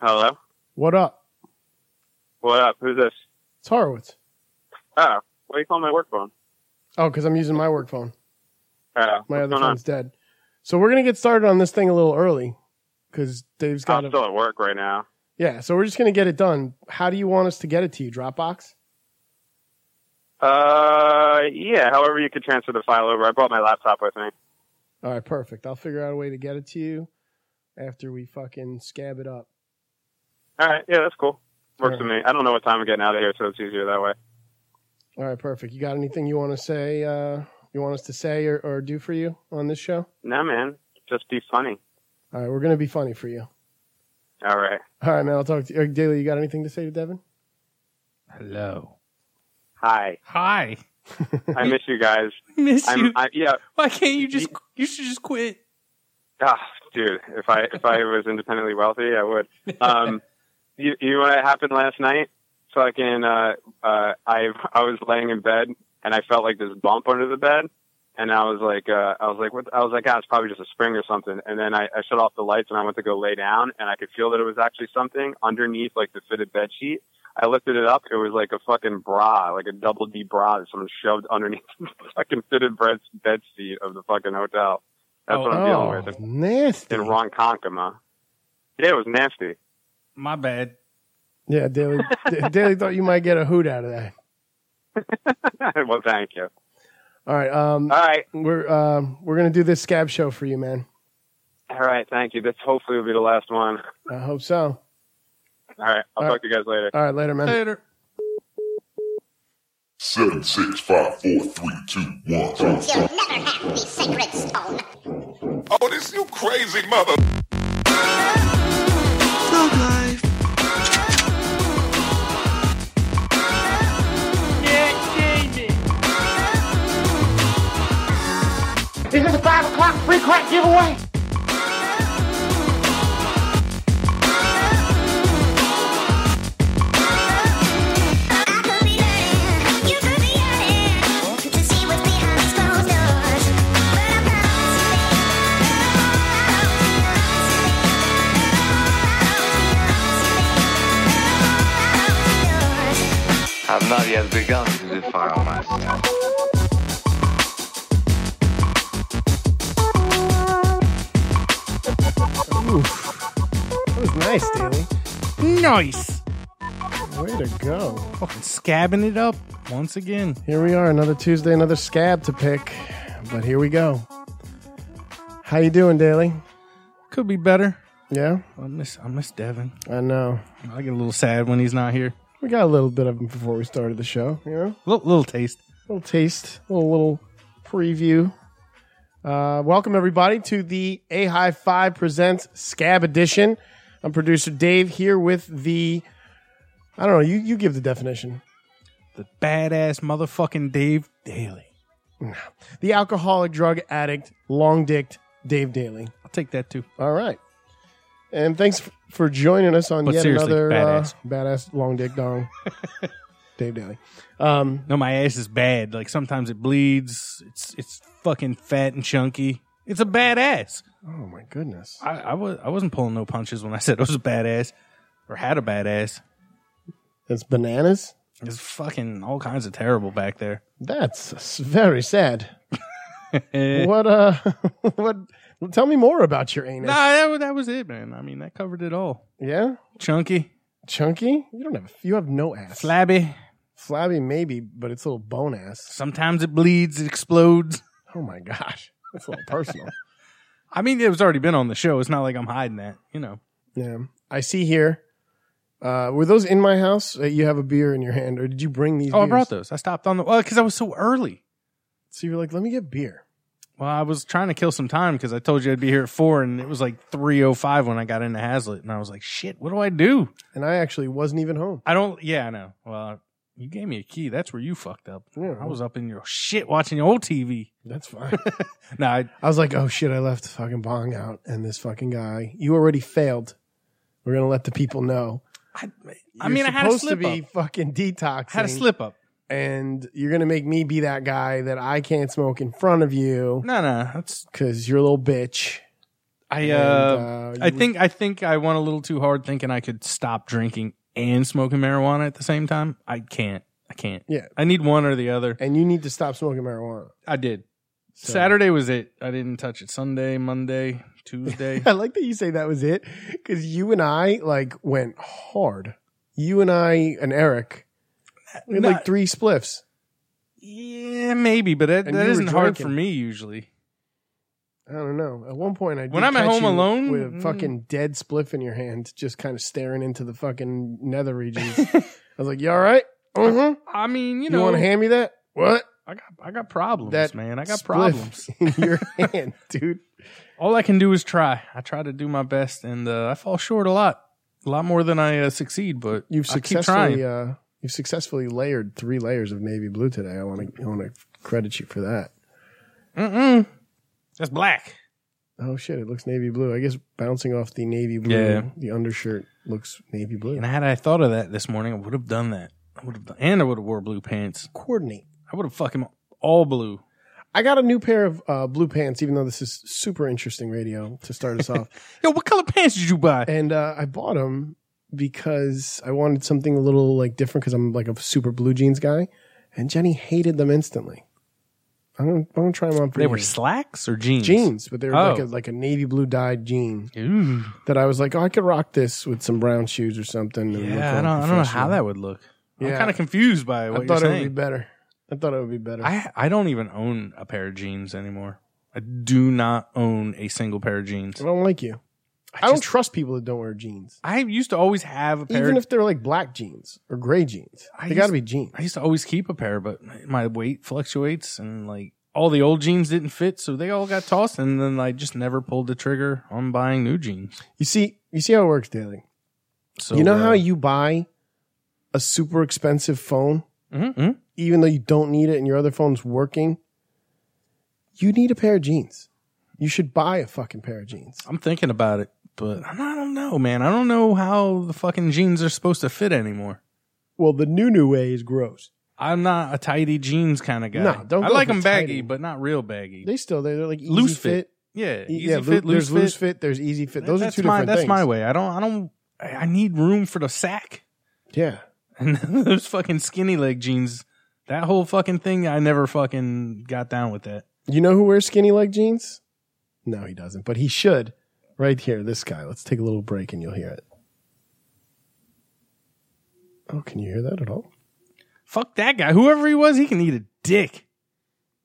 Hello? What up? What up? Who's this? It's Horowitz. Oh, what are you calling my work phone? Oh, because I'm using my work phone. Oh, My what's other going on? phone's dead. So we're gonna get started on this thing a little early because Dave's got I'm a still at work right now. yeah. So we're just gonna get it done. How do you want us to get it to you? Dropbox. Uh, yeah, however you could transfer the file over. I brought my laptop with me. All right, perfect. I'll figure out a way to get it to you after we fucking scab it up. All right, yeah, that's cool. Works All for me. I don't know what time I'm getting out of here, so it's easier that way. All right, perfect. You got anything you want to say? Uh, you want us to say or, or do for you on this show? Nah, man, just be funny. All right, we're gonna be funny for you. All right. All right, man. I'll talk to you. Uh, Daly, you got anything to say to Devin? Hello. Hi. Hi. I miss you guys. Miss you. I'm, I, yeah, Why can't you just? You should just quit. Ah, dude, if I if I was independently wealthy, I would. Um, you, you know what happened last night? Fucking, uh, uh, I I was laying in bed and I felt like this bump under the bed, and I was like, uh, I was like, what? I was like, ah, it's probably just a spring or something. And then I, I shut off the lights and I went to go lay down, and I could feel that it was actually something underneath, like the fitted bed sheet. I lifted it up. It was like a fucking bra, like a double D bra that someone shoved underneath the fucking fitted bed, bed seat of the fucking hotel. That's what I'm dealing with Oh, nasty. Mm-hmm. in Ronkonkoma. Yeah, it was nasty. My bad. Yeah, Daly. D- Daly thought you might get a hoot out of that. well, thank you. All right. Um, All right, we're um, we're gonna do this scab show for you, man. all right, thank you. This hopefully will be the last one. I hope so. All right, I'll All talk to you guys later. All right, later, man. Later. Seven, six, five, four, three, two, one. You'll never have the sacred stone. Oh, this you crazy mother. This is a five o'clock free crack giveaway. I could be learning, you could be yearning to see what's behind these closed doors. But I promise you, baby, I've not yet begun to defile myself. Oof. That was nice, Daly. Nice. Way to go. Fucking scabbing it up once again. Here we are, another Tuesday, another scab to pick. But here we go. How you doing, Daly? Could be better. Yeah, I miss. I miss Devin. I know. I get a little sad when he's not here. We got a little bit of him before we started the show. You know, Little, little taste. little taste, little little preview. Uh, welcome everybody to the A High Five presents Scab Edition. I'm producer Dave here with the. I don't know. You you give the definition. The badass motherfucking Dave Daly. The alcoholic drug addict, long dicked Dave Daly. I'll take that too. All right. And thanks f- for joining us on But yet seriously, another badass. Uh, badass long dick dong. Dave Daly. Um, No, my ass is bad. Like sometimes it bleeds. It's it's fucking fat and chunky. It's a badass. oh my goodness. I, I was I wasn't pulling no punches when I said I was a badass or had a badass. That's bananas. It's fucking all kinds of terrible back there. That's s- very sad. Eh. what uh what tell me more about your anus. Nah, that was, that was it, man. I mean, that covered it all. Yeah? Chunky, Chunky? You don't have you have no ass. flabby. Flabby maybe, but it's a little bone ass. Sometimes it bleeds, it explodes. Oh my gosh. That's a little personal. I mean, it was already been on the show. It's not like I'm hiding that, you know. Yeah. I see here. Uh, were those in my house? Uh, you have a beer in your hand, or did you bring these? Oh, I beers? brought those. I stopped on the well because I was so early. So you were like, let me get beer. Well, I was trying to kill some time because I told you I'd be here at four, and it was like three oh five when I got into Hazlitt, and I was like, "Shit, what do I do?" And I actually wasn't even home. I don't. Yeah, I know. Well, you gave me a key. That's where you fucked up. Yeah. I was up in your shit watching your old TV. That's fine. No, I, I was like, oh shit, I left fucking Bong out and this fucking guy. You already failed. We're going to let the people know. I, I You're mean, I had a supposed slip to be up. fucking detoxing. I had a slip up. And you're going to make me be that guy that I can't smoke in front of you No, no, that's. because you're a little bitch. I And, uh, uh, I you- think I think I went a little too hard thinking I could stop drinking and smoking marijuana at the same time. I can't. I can't. Yeah. I need one or the other. And you need to stop smoking marijuana. I did. So- Saturday was it. I didn't touch it. Sunday, Monday, Tuesday. I like that you say that was it because you and I like went hard. You and I and Eric, we had No, like three spliffs. yeah, maybe, but that, And that you were isn't hard for drinking. me usually. I don't know. At one point, I did When I'm at catch home you alone, with a mm. fucking dead spliff in your hand, just kind of staring into the fucking nether regions. I was like, "You all right? Uh huh. I mean, you You, know, want to hand me that? What? I got I got problems, That man. I got spliff problems. in your hand, dude. All I can do is try. I try to do my best, and uh, I fall short a lot, a lot more than I uh, succeed. But You've I keep trying. successfully uh, you've successfully layered three layers of navy blue today. I want to I want to credit you for that. Mm-mm. That's black. Oh shit! It looks navy blue. I guess bouncing off the navy blue, Yeah. the undershirt looks navy blue. And had I thought of that this morning, I would have done that. I would have, done, and I would have wore blue pants. Coordinate. I would have fucking all blue. I got a new pair of uh, blue pants, even though this is super interesting radio to start us off. Yo, what color pants did you buy? And uh, I bought them because I wanted something a little like different because I'm like a super blue jeans guy. And Jenny hated them instantly. I'm gonna, I'm gonna try them on for They you. were slacks or jeans. jeans, but they were like Oh. a like a navy blue dyed jean Ooh, that I was like, oh, I could rock this with some brown shoes or something. and look yeah. I all don't. I don't know how professional. that would look. I'm Yeah. kind of confused by what I you're thought it would be saying. better. I thought it would be better. I I don't even own a pair of jeans anymore. I do not own a single pair of jeans. I don't like you. I, don't just- trust people that don't wear jeans, I used to always have a pair. even of, if they're like black jeans or gray jeans. I they got used- to be jeans. I used to always keep a pair, but my weight fluctuates, and like all the old jeans didn't fit, so they all got tossed, and then I just never pulled the trigger on buying new jeans. You see, you see how it works, Daily. So you know uh, how you buy a super expensive phone, Mhm, mhm. even though you don't need it, and your other phone's working. You need a pair of jeans. You should buy a fucking pair of jeans. I'm thinking about it, but I don't know, man. I don't know how the fucking jeans are supposed to fit anymore. Well, the new new way is gross. I'm not a tidy jeans kind of guy. No, don't I go like for them baggy, tidy. but not real baggy. They still they're, they're like easy Loose fit. fit. yeah, E- easy yeah, loo- fit, loose there's fit. loose fit. There's easy fit. Those that's are two my, different That's things. my way. I don't. I don't. I I need room for the sack. Yeah. And those fucking skinny leg jeans, that whole fucking thing, I never fucking got down with that. You know who wears skinny leg jeans? No, he doesn't, but he should. Right here, this guy. Let's take a little break and you'll hear it. Oh, can you hear that at all? Fuck that guy. Whoever he was, he can eat a dick.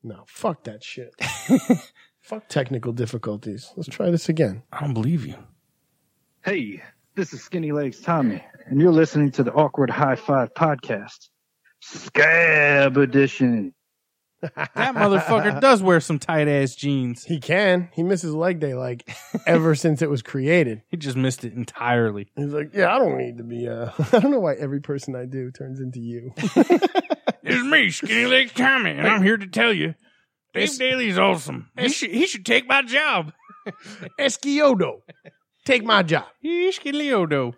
No, fuck that shit. fuck technical difficulties. Let's try this again. I don't believe you. Hey, this is Skinny Legs Tommy, and you're listening to the Awkward High Five Podcast, Scab Edition. That motherfucker does wear some tight ass jeans. He can. He misses leg day like ever since it was created. He just missed it entirely. He's like, yeah, I don't need to be. Uh, I don't know why every person I do turns into you. It's me, Skinny Legs Tommy, and I'm here to tell you Dave Daly's awesome. He should, he should take my job. Esquiodo, take my job. He's Skinny Odo.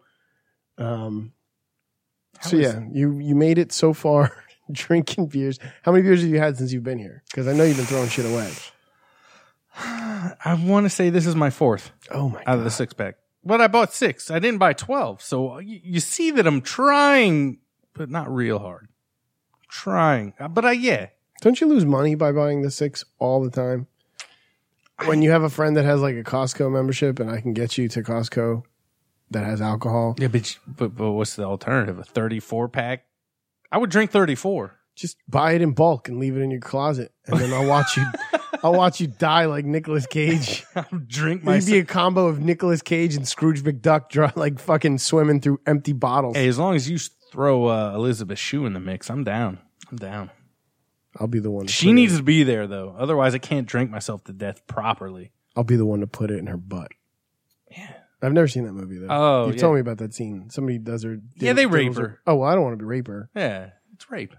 Um, How so is- yeah, you you made it so far drinking beers. How many beers have you had since you've been here? Because I know you've been throwing shit away. I want to say this is my fourth Oh my out of the six pack. But I bought six. I didn't buy 12. So y- you see that I'm trying, but not real hard. Trying. Uh, But I, yeah. Don't you lose money by buying the six all the time? When you have a friend that has like a Costco membership, and I can get you to Costco that has alcohol, Yeah, but, you- but, but what's the alternative? A 34 pack? I would drink 34. just buy it in bulk and leave it in your closet, and then I'll watch you. I'll watch you die like Nicolas Cage. I would drink my. You'd be a combo of Nicolas Cage and Scrooge McDuck, dry, like fucking swimming through empty bottles. hey, as long as you s- throw uh, Elizabeth Shue in the mix, I'm down. I'm down. I'll be the one. to put She it needs to be there, though. Otherwise, I can't drink myself to death properly. I'll be the one to put it in her butt. Yeah. I've never seen that movie though. Oh, you yeah. told me about that scene. Somebody does her. Yeah, they rape diddles her. Oh well, I don't want to rape her. Yeah, it's rape.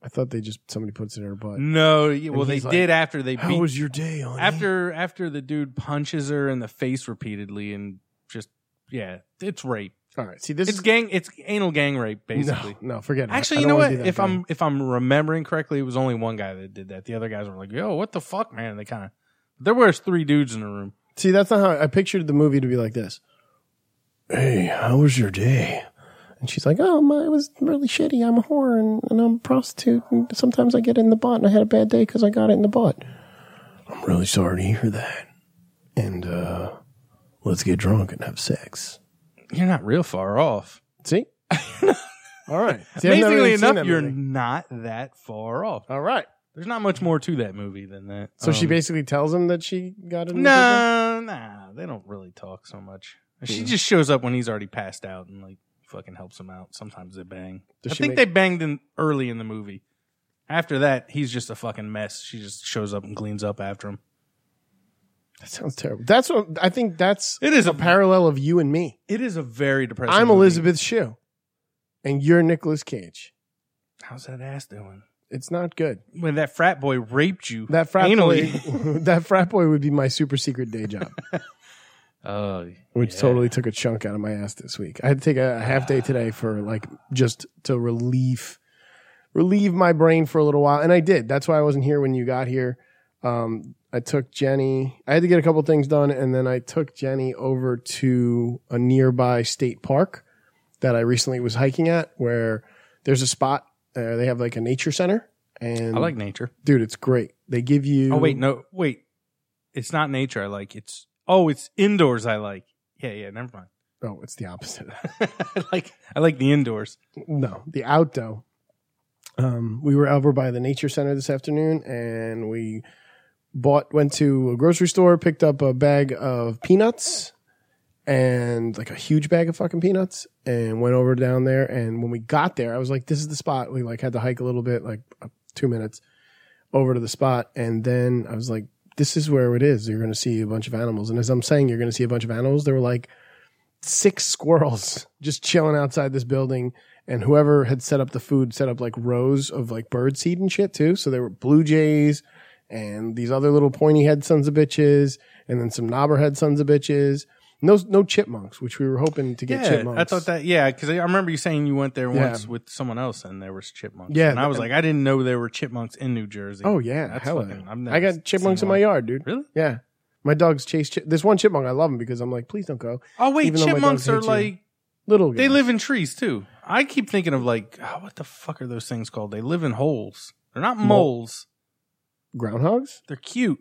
I thought they just somebody puts it in her butt. No, yeah, well, they he's like, did after they beat your day? Honey? after after the dude punches her in the face repeatedly and just yeah, it's rape. all right. See, this It's is gang. It's anal gang rape, no, basically. No, forget it. I Actually, you don't wanna know what? be that If guy. I'm if I'm remembering correctly, it was only one guy that did that. The other guys were like, "Yo, what the fuck, man?" They kind of there was three dudes in the room. See, that's not how I pictured the movie to be like this. Hey, how was your day? And she's like, oh, my, it was really shitty. I'm a whore and, and I'm a prostitute. And sometimes I get it in the butt and I had a bad day because I got it in the butt. I'm really sorry to hear that. And, uh, let's get drunk and have sex. You're not real far off. See? All right. See, I've never Amazingly even seen enough, that you're movie. not that far off. All right. There's not much more to that movie than that. So she Um, basically tells him that she got it. in the butt? No, nah, they don't really talk so much. She just shows up when he's already passed out and like fucking helps him out. Sometimes they bang. Does I she think make- they banged in early in the movie. After that, he's just a fucking mess. She just shows up and cleans up after him. That sounds terrible. That's what I think. That's It is a a parallel of you and me. It is a very depressing. I'm movie. Elizabeth Shue, and you're Nicolas Cage. How's that ass doing? It's not good. When that frat boy raped you. That frat anally. boy. that frat boy would be my super secret day job, Oh, which yeah. totally took a chunk out of my ass this week. I had to take a half day today Ah. for like just to relieve relieve my brain for a little while, and I did. That's why I wasn't here when you got here. Um, I took Jenny. I had to get a couple things done, and then I took Jenny over to a nearby state park that I recently was hiking at, where there's a spot. Uh, they have like a nature center, and I like nature. dude, it's great. They give you. Oh wait, no, wait. It's not nature I like. It's oh, it's indoors I like. Yeah, yeah, never mind. Oh, it's the opposite. I like I like the indoors. no, the outdo. Um, we were over by the nature center this afternoon, and we bought went to a grocery store, picked up a bag of peanuts, and like a huge bag of fucking peanuts, and went over down there. And when we got there, I was like, "This is the spot." We like had to hike a little bit, like uh, two minutes over to the spot, and then I was like, "This is where it is. You're going to see a bunch of animals." And as I'm saying, you're going to see a bunch of animals. There were like six squirrels just chilling outside this building and whoever had set up the food set up like rows of like bird seed and shit too. So there were blue jays and these other little pointy head sons of bitches, and then some knobber head sons of bitches. No, no chipmunks, which we were hoping to get yeah, chipmunks. I thought that. Yeah, because I I remember you saying you went there Yeah. once with someone else, and there was chipmunks. Yeah, and I was and- like, I didn't know there were chipmunks in New Jersey. Oh yeah, That's hella. fucking- I've never I got chipmunks seen in my one. yard, dude. Really? Yeah, my dogs chase chi- this one chipmunk. I love him because I'm like, please don't go, Oh wait, Even though my chipmunks dogs are hate you. like little. they guy. live in trees too. I keep thinking of like oh, what the fuck are those things called? They live in holes. They're not moles. groundhogs. They're cute.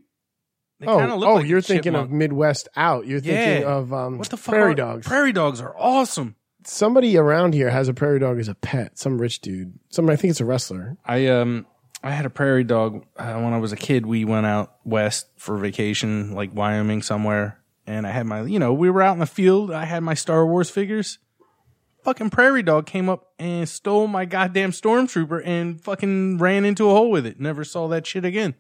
They oh, kind of look oh, like a you're thinking chipmunk. of Midwest out. You're thinking Yeah. of um, What the fuck? prairie are- dogs. Prairie dogs are awesome. Somebody around here has a prairie dog as a pet. Some rich dude. Some I think it's a wrestler. I um I had a prairie dog uh, when I was a kid. We went out west for vacation, like Wyoming somewhere, and I had my you know we were out in the field. I had my Star Wars figures. Fucking prairie dog came up and stole my goddamn stormtrooper and fucking ran into a hole with it. Never saw that shit again.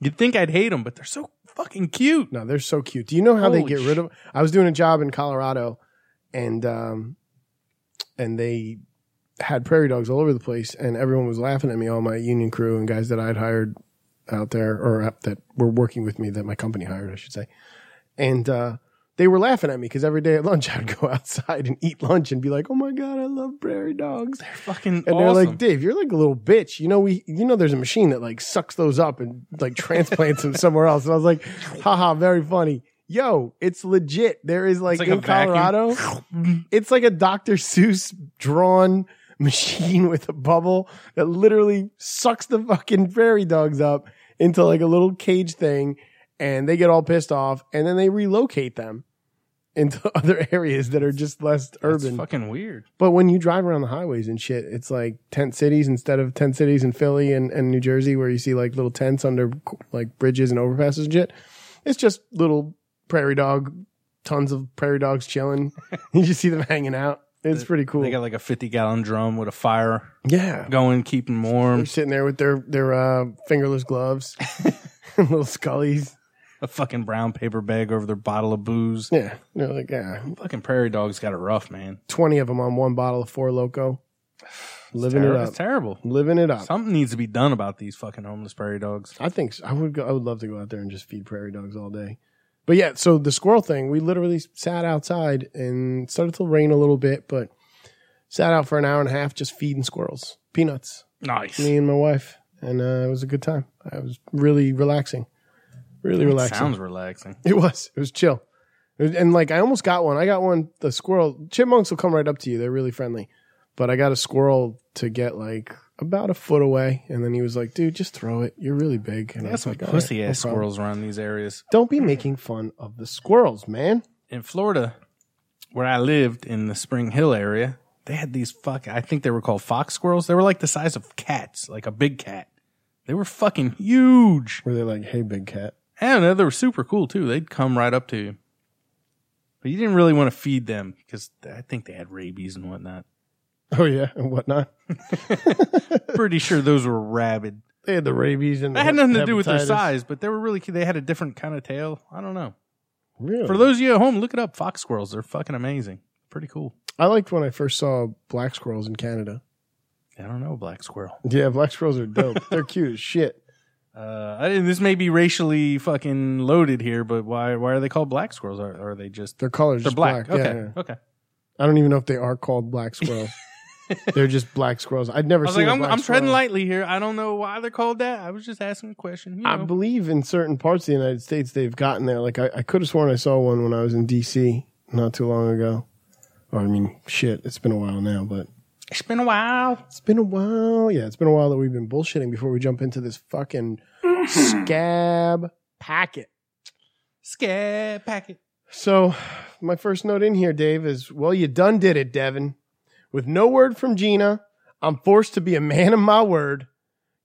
You'd think I'd hate them, but they're so fucking cute. No, they're so cute. Do you know how they Holy get rid of? I was doing a job in Colorado, and um, and they had prairie dogs all over the place, and everyone was laughing at me. All my union crew and guys that I'd hired out there, or up that were working with me, that my company hired, I should say, and uh, they were laughing at me because every day at lunch I'd go outside and eat lunch and be like, "Oh my god, I love prairie dogs." They're fucking And awesome. they're like, Dave, you're like a little bitch. You know, we, you know, there's a machine that like sucks those up and like transplants them somewhere else. And I was like, haha, very funny. Yo, it's legit. There is like, like in a vacuum. Colorado, it's like a Dr. Seuss drawn machine with a bubble that literally sucks the fucking prairie dogs up into like a little cage thing. And they get all pissed off and then they relocate them into other areas that are just less That's urban. fucking weird. But when you drive around the highways and shit, it's like tent cities instead of tent cities in Philly and, and New Jersey where you see like little tents under like bridges and overpasses and shit. It's just little prairie dog, tons of prairie dogs chilling. you just see them hanging out. It's pretty cool. They got like a fifty gallon drum with a fire yeah. going, keeping warm. They're sitting there with their, their uh, fingerless gloves, little scullies. a fucking brown paper bag over their bottle of booze. Yeah. They're like, yeah, Fucking prairie dogs got it rough, man. 20 of them on one bottle of Four Loco. Living Terri- it up. It's terrible. Living it up. Something needs to be done about these fucking homeless prairie dogs. I think so. I would go. I would love to go out there and just feed prairie dogs all day. But yeah, so the squirrel thing, we literally sat outside and started to rain a little bit, but sat out for an hour and a half just feeding squirrels peanuts. Nice. Me and my wife, and uh, it was a good time. I was really relaxing. Really relaxing. Sounds relaxing. It was. It was chill. It was- And like I almost got one. I got one. The squirrel chipmunks will come right up to you. They're really friendly. But I got a squirrel to get like about a foot away, and then he was like, "Dude, just throw it. You're really big." And I That's was some like, "All right, pussy no ass problem." squirrels around these areas. Don't be making fun of the squirrels, man. in Florida, where I lived in the Spring Hill area, they had these fuck. I think they were called fox squirrels. They were like the size of cats, like a big cat. They were fucking huge. Were they like, "Hey, big cat"? I don't know. They were super cool too. They'd come right up to you, but you didn't really want to feed them because I think they had rabies and whatnot. Oh yeah, and whatnot. Pretty sure those were rabid. They had the rabies and the That had nothing to do with their hepatitis. size, but they were really. cu- They had a different kind of tail. I don't know. Really? For those of you at home, look it up. Fox squirrels. They're fucking amazing. Pretty cool. I liked when I first saw black squirrels in Canada. I don't know, black squirrel. Yeah, black squirrels are dope. They're cute as shit. Uh, I didn't, this may be racially fucking loaded here, but why why are they called black squirrels? Are, are they just Their colors they're black? Yeah, Okay, yeah. okay. I don't even know if they are called black squirrels. They're just black squirrels. I'd never I was seen. like, a I'm, black I'm treading squirrel. lightly here. I don't know why they're called that. I was just asking a question. You I know. believe in certain parts of the United States they've gotten there. Like I, I could have sworn I saw one when I was in D.C. not too long ago. Or I mean, shit, it's been a while now, but it's been a while. it's been a while. Yeah, it's been a while that we've been bullshitting before we jump into this fucking scab packet. Scab packet. So, my first note in here, Dave, is well, you done did it, Devin. With no word from Gina, I'm forced to be a man of my word.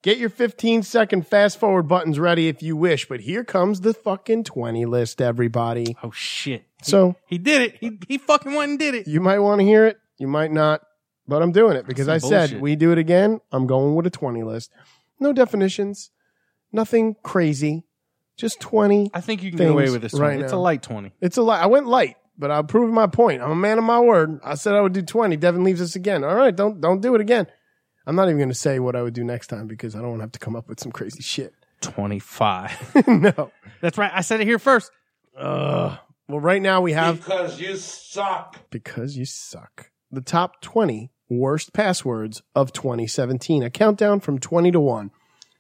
Get your 15 second fast forward buttons ready if you wish, but here comes the fucking 20 list, everybody. Oh shit! So, He did it. He he fucking went and did it. you might want to hear it, you might not, but I'm doing it because I That's some said bullshit. we do it again. I'm going with a 20 list. No definitions, nothing crazy, just 20 I think you can get away Things with this right one. It's a now. light twenty. It's a lie. I went light, but I'll prove my point. I'm a man of my word. I said I would do 20. Devin leaves us again. All right, don't don't do it again. I'm not even going to say what I would do next time because I don't want to have to come up with some crazy shit. Twenty five. no. That's right. I said it here first. Well, right now we have because you suck. Because you suck. The top 20 worst passwords of 2017. A countdown from 20 to 1.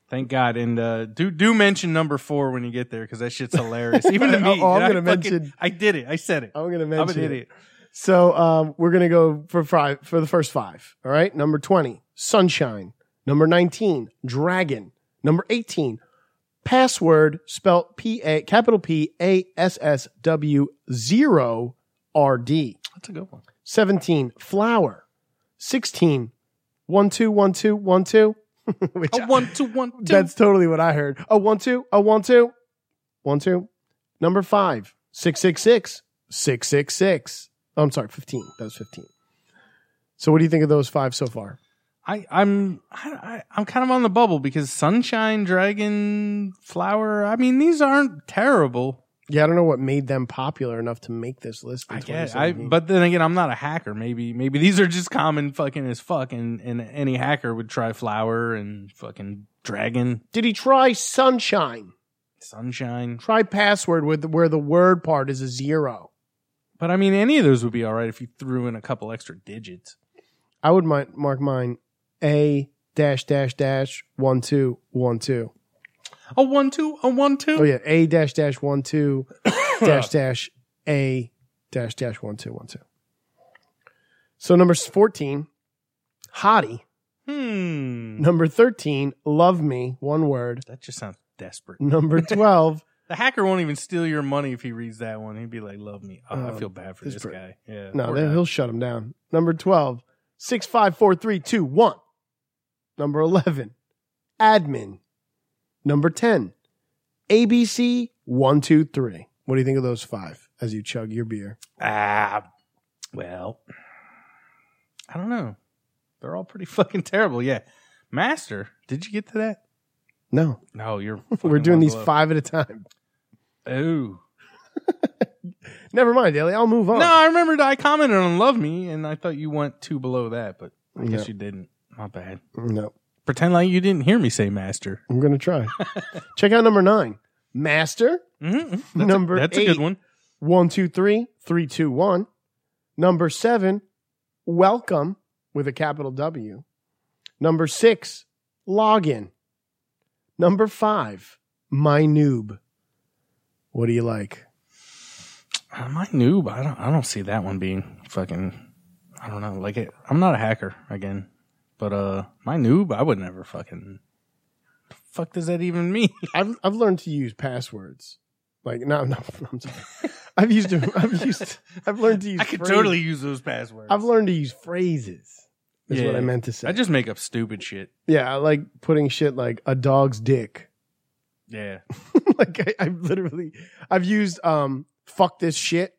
Thank God. And uh, do do mention number four when you get there because that shit's hilarious. Even to Oh, me. oh, I'm And I gonna fucking- mention- I did it. I said it. I'm going to mention I'm an it. idiot. So um, we're gonna go for five for the first five. All right, number twenty, sunshine. Number nineteen, dragon. Number eighteen, password spelt P A capital P A S S W zero R D. That's a good one. 17 flower 16 one two one two one two which A one two one two. that's totally what i heard a one two a one two one two number five six six six six six six oh, i'm sorry 15 that was 15 so what do you think of those five so far I, I'm I, I, I'm kind of on the bubble because sunshine, dragon, flower. I mean, these aren't terrible. yeah i don't know what made them popular enough to make this list in I guess. I 2017. but then again, I'm not a hacker. Maybe maybe these are just common fucking as fuck, and and any hacker would try flower and fucking dragon, did he try sunshine sunshine. try password with where the word part is a zero But I mean, any of those would be all right if you threw in a couple extra digits. I would mi- mark mine A dash dash dash one two one two. A one two, a one two. Oh yeah, A dash dash one two dash dash A dash dash one two one two. So number s- fourteen, hottie. Hmm. Number thirteen, love me. One word. That just sounds desperate. Number twelve, The hacker won't even steal your money if he reads that one. He'd be like, "Love me." Oh, Oh, I feel bad for this this, prick. guy. Yeah. no, poor then guy. he'll shut him down. Number twelve, six five four three two one. Number eleven, admin. Number 10, ABC 123. What do you think of those five as you chug your beer? Ah, well, I don't know. They're all pretty fucking terrible. Yeah, master, did you get to that? No, No, you're. we're fucking doing one these below. five at a time. Oh Never mind, Daly. I'll move on. no, I remembered I commented on "Love Me" and I thought you went two below that, but I No. guess you didn't. Not bad. no. Pretend like you didn't hear me say master. I'm going to try. Check out number nine, Master Mm-hmm. That's Number A, that's a good eight. one. 123 321. Number seven, Welcome with a capital W. Number six, Login. Number five, My Noob. What do you like? I'm like noob. I don't. I don't see that one being fucking. I don't know. Like it. I'm not a hacker again, but uh, my noob. I would never fucking. Fuck does that even mean? I've I've learned to use passwords. Like no, no, I'm sorry. I've used to, I've used I've learned to use. I could phrases. totally use those passwords. I've learned to use phrases. Is what Yeah. I meant to say. I just make up stupid shit. yeah, I like putting shit like a dog's dick. Yeah. like I, I literally, I've used um fuck this shit.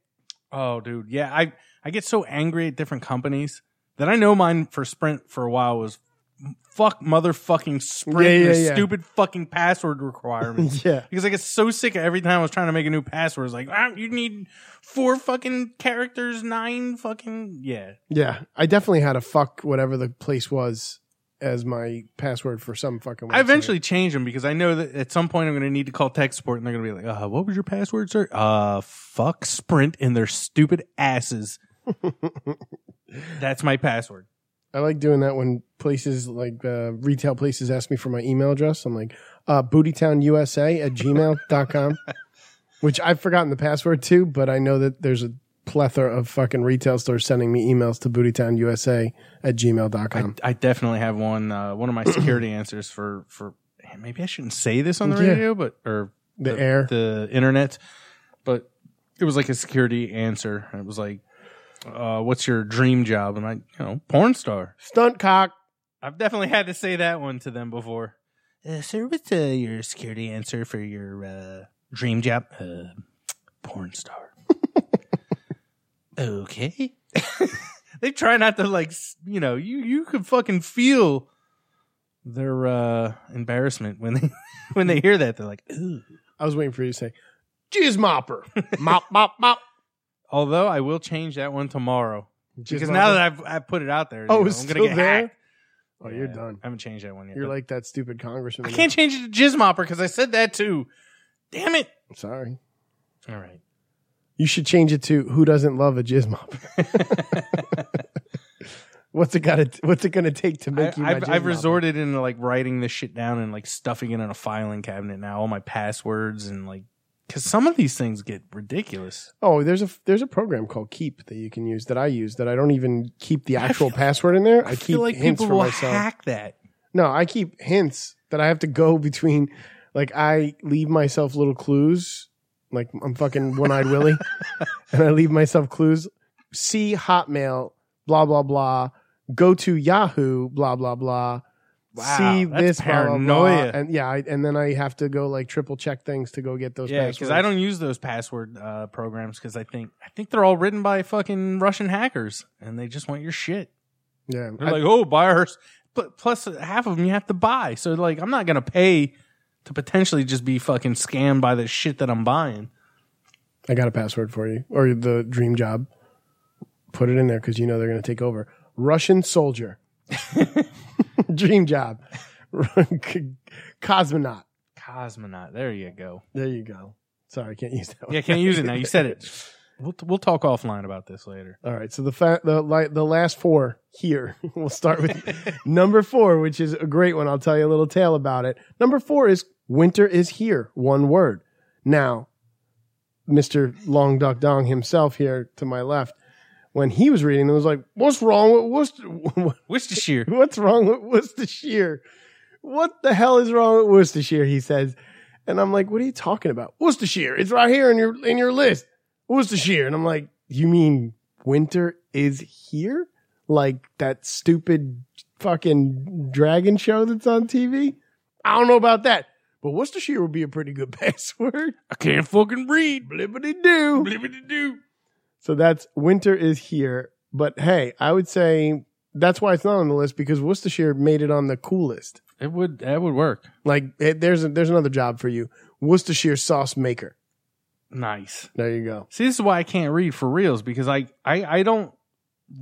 Oh, dude. Yeah. I I get so angry at different companies that I know mine for Sprint for a while was fuck motherfucking Sprint. Yeah, yeah, your yeah. Stupid fucking password requirements. yeah, Because I get so sick of every time I was trying to make a new password. It's like, ah, you need four fucking characters, nine fucking. Yeah. yeah. I definitely had a fuck whatever the place was as my password for some fucking. I website. eventually change them because I know that at some point I'm going to need to call tech support and they're going to be like, uh, what was your password, sir? Uh, fuck Sprint and their stupid asses. That's my password. I like doing that when places like uh, retail places ask me for my email address. I'm like, uh, bootytownusa at gmail.com, which I've forgotten the password to, but I know that there's a plethora of fucking retail stores sending me emails to bootytownusa at gmail.com. I definitely have one. Uh, one of my security answers for for maybe I shouldn't say this on the Yeah. radio, but or The air. the internet. But it was like a security answer. It was like, uh, "What's your dream job?" And I, you know, porn star. Stunt cock. I've definitely had to say that one to them before. Uh, sir, what's uh, your security answer for your uh, dream job? Uh, porn star. okay. they try not to like, s- you know, you you could fucking feel their uh, embarrassment when they when they hear that. They're like, ooh. I was waiting for you to say, jizz mopper. mop, mop, mop. Although I will change that one tomorrow Jizz because now mopper. that I've I've put it out there, Oh, you know, it's I'm gonna still get there? hacked. Oh, you're Yeah, done. I haven't changed that one yet. You're but- like that stupid congressman. I can't change it to jizz mopper because I said that too. Damn it! Sorry. All right. You should change it to "Who doesn't love a jizz mop?" what's it got? to What's it going to take to make you? I, my have jizz I've mopper? resorted into like writing this shit down and like stuffing it in a filing cabinet now. All my passwords and like because some of these things get ridiculous. Oh, there's a there's a program called Keep that you can use that I use that I don't even keep the actual password in there. I, keep feel like hints people for will myself. hack that. No, I keep hints that I have to go between. Like I leave myself little clues. Like I'm fucking one eyed Willie, and I leave myself clues. See Hotmail, blah blah blah. Go to Yahoo, blah blah blah. Wow, see that's this blah, blah, blah. paranoia. and yeah, I, and then I have to go like triple check things to go get those. Yeah, because passwords. I don't use those password uh, programs because I think I think they're all written by fucking Russian hackers and they just want your shit. Yeah, They're I- like, oh, buy ours. But plus, half of them you have to buy. So, like, I'm not going to pay to potentially just be fucking scammed by the shit that I'm buying. I got a password for you or the dream job. Put it in there because you know they're going to take over. Russian soldier, dream job, cosmonaut. Cosmonaut. There you go. There you go. Sorry, I can't use that. One. Yeah, can't use it now. You said it. We'll, we'll talk offline about this later. All right. So the fa- the li- the last four here. we'll start with number four, which is a great one. I'll tell you a little tale about it. Number four is winter is here. One word. Now, Mister Long Duck Dong himself here to my left, when he was reading, it was like, "What's wrong with Worcester? Worcestershire. What's wrong with Worcestershire? What the hell is wrong with Worcestershire?" He says, and I'm like, "What are you talking about? Worcestershire? It's right here in your in your list. Worcestershire." And I'm like, "You mean winter is here? Like that stupid fucking dragon show that's on TV? I don't know about that, but Worcestershire would be a pretty good password. I can't fucking read. Blibbity do." Blibbity do. So that's winter is here. But hey, I would say that's why it's not on the list because Worcestershire made it on the coolest. It would, that would work. Like it, there's a, there's another job for you, Worcestershire sauce maker. Nice. There you go. See, this is why I can't read for reals because I I, I don't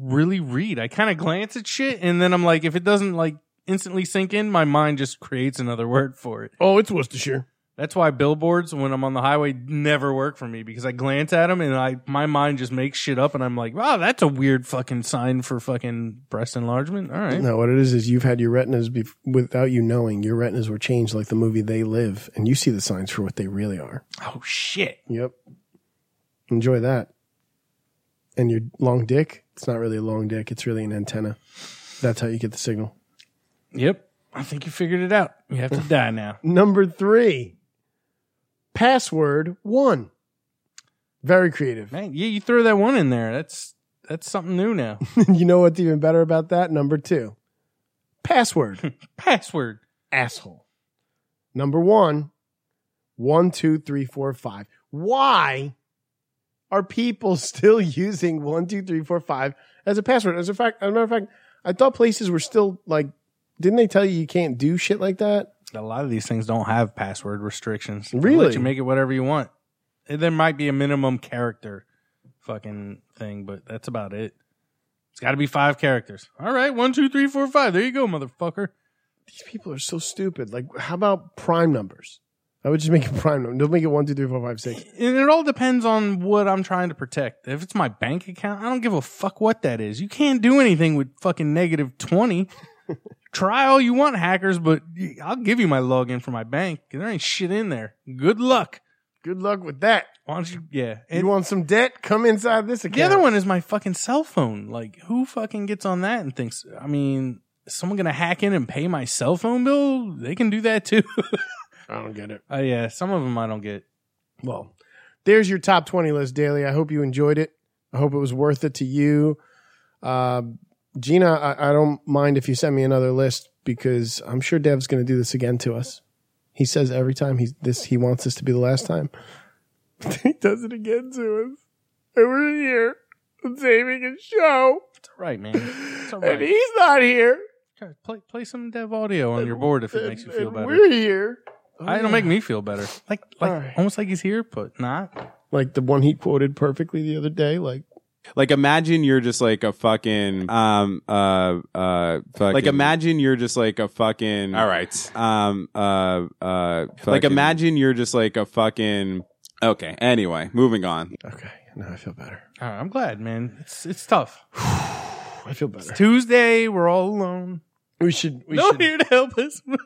really read. I kind of glance at shit and then I'm like, if it doesn't like instantly sink in, my mind just creates another word for it. Oh, it's Worcestershire. That's why billboards when I'm on the highway never work for me because I glance at them and I my mind just makes shit up and I'm like, wow, that's a weird fucking sign for fucking breast enlargement. All right. No, what it is is you've had your retinas bef without you knowing. Your retinas were changed like the movie They Live, and you see the signs for what they really are. Oh shit. Yep. Enjoy that. And your long dick, it's not really a long dick, it's really an antenna. That's how you get the signal. Yep. I think you figured it out. You have to die now. Number three, password one. Very creative. Man, yeah, you throw that one in there. That's that's something new now. you know what's even better about that? Number two, password. Password. Asshole. Number one, one, two, three, four, five. Why are people still using one, two, three, four, five as a password? As a fact, as a matter of fact, I thought places were still like, didn't they tell you you can't do shit like that? A lot of these things don't have password restrictions. They'll Really? let you make it whatever you want. And There might be a minimum character fucking thing, but that's about it. It's got to be five characters. All right, one, two, three, four, five. There you go, motherfucker. These people are so stupid. Like, how about prime numbers? I would just make it prime number. Don't make it one, two, three, four, five, six. And it all depends on what I'm trying to protect. If it's my bank account, I don't give a fuck what that is. You can't do anything with fucking negative 20. Try all you want, hackers, but I'll give you my login for my bank. There ain't shit in there. Good luck. Good luck with that. Why don't you? Yeah. you want some debt? Come inside this account. The other one is my fucking cell phone. Like, who fucking gets on that and thinks, I mean, is someone going to hack in and pay my cell phone bill? They can do that too. I don't get it. Oh, yeah. Some of them I don't get. Well, there's your top 20 list daily. I hope you enjoyed it. I hope it was worth it to you. Uh, Gina, I, I don't mind if you send me another list because I'm sure Dev's going to do this again to us. He says every time he's this, he wants this to be the last time. he does it again to us. And we're here saving his show, It's all right, man. It's all and right. he's not here. Okay, Play, play some dev audio on your board if it makes you And- feel and better. We're here. I, it'll make me feel better. Like, like All right. almost like he's here, but not. Like the one he quoted perfectly the other day. Like, Like imagine you're just like a fucking um uh uh fucking, like imagine you're just like a fucking all right um uh uh like imagine you're just like a fucking okay anyway moving on okay, now I feel better. All right, I'm glad, man. It's it's tough. I feel better. Tuesday, we're all alone. We should. We no should. here to help us.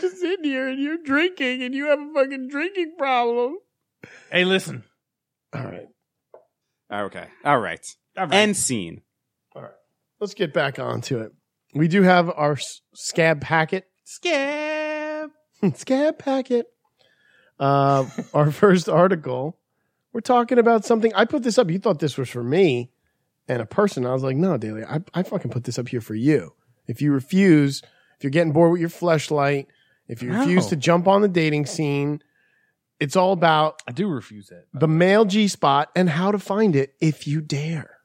just in here and you're drinking and you have a fucking drinking problem. hey, listen. All right. okay all right All right. end scene Let's get back on to it. We do have our s- scab packet. Scab. scab packet. Uh, our first article. We're talking about something. I put this up. You thought this was for me and a person. I was like, no, Daly, I, I fucking put this up here for you. If you refuse, if you're getting bored with your fleshlight, if you refuse No. to jump on the dating scene, it's all about I do refuse that. the male G spot and how to find it if you dare.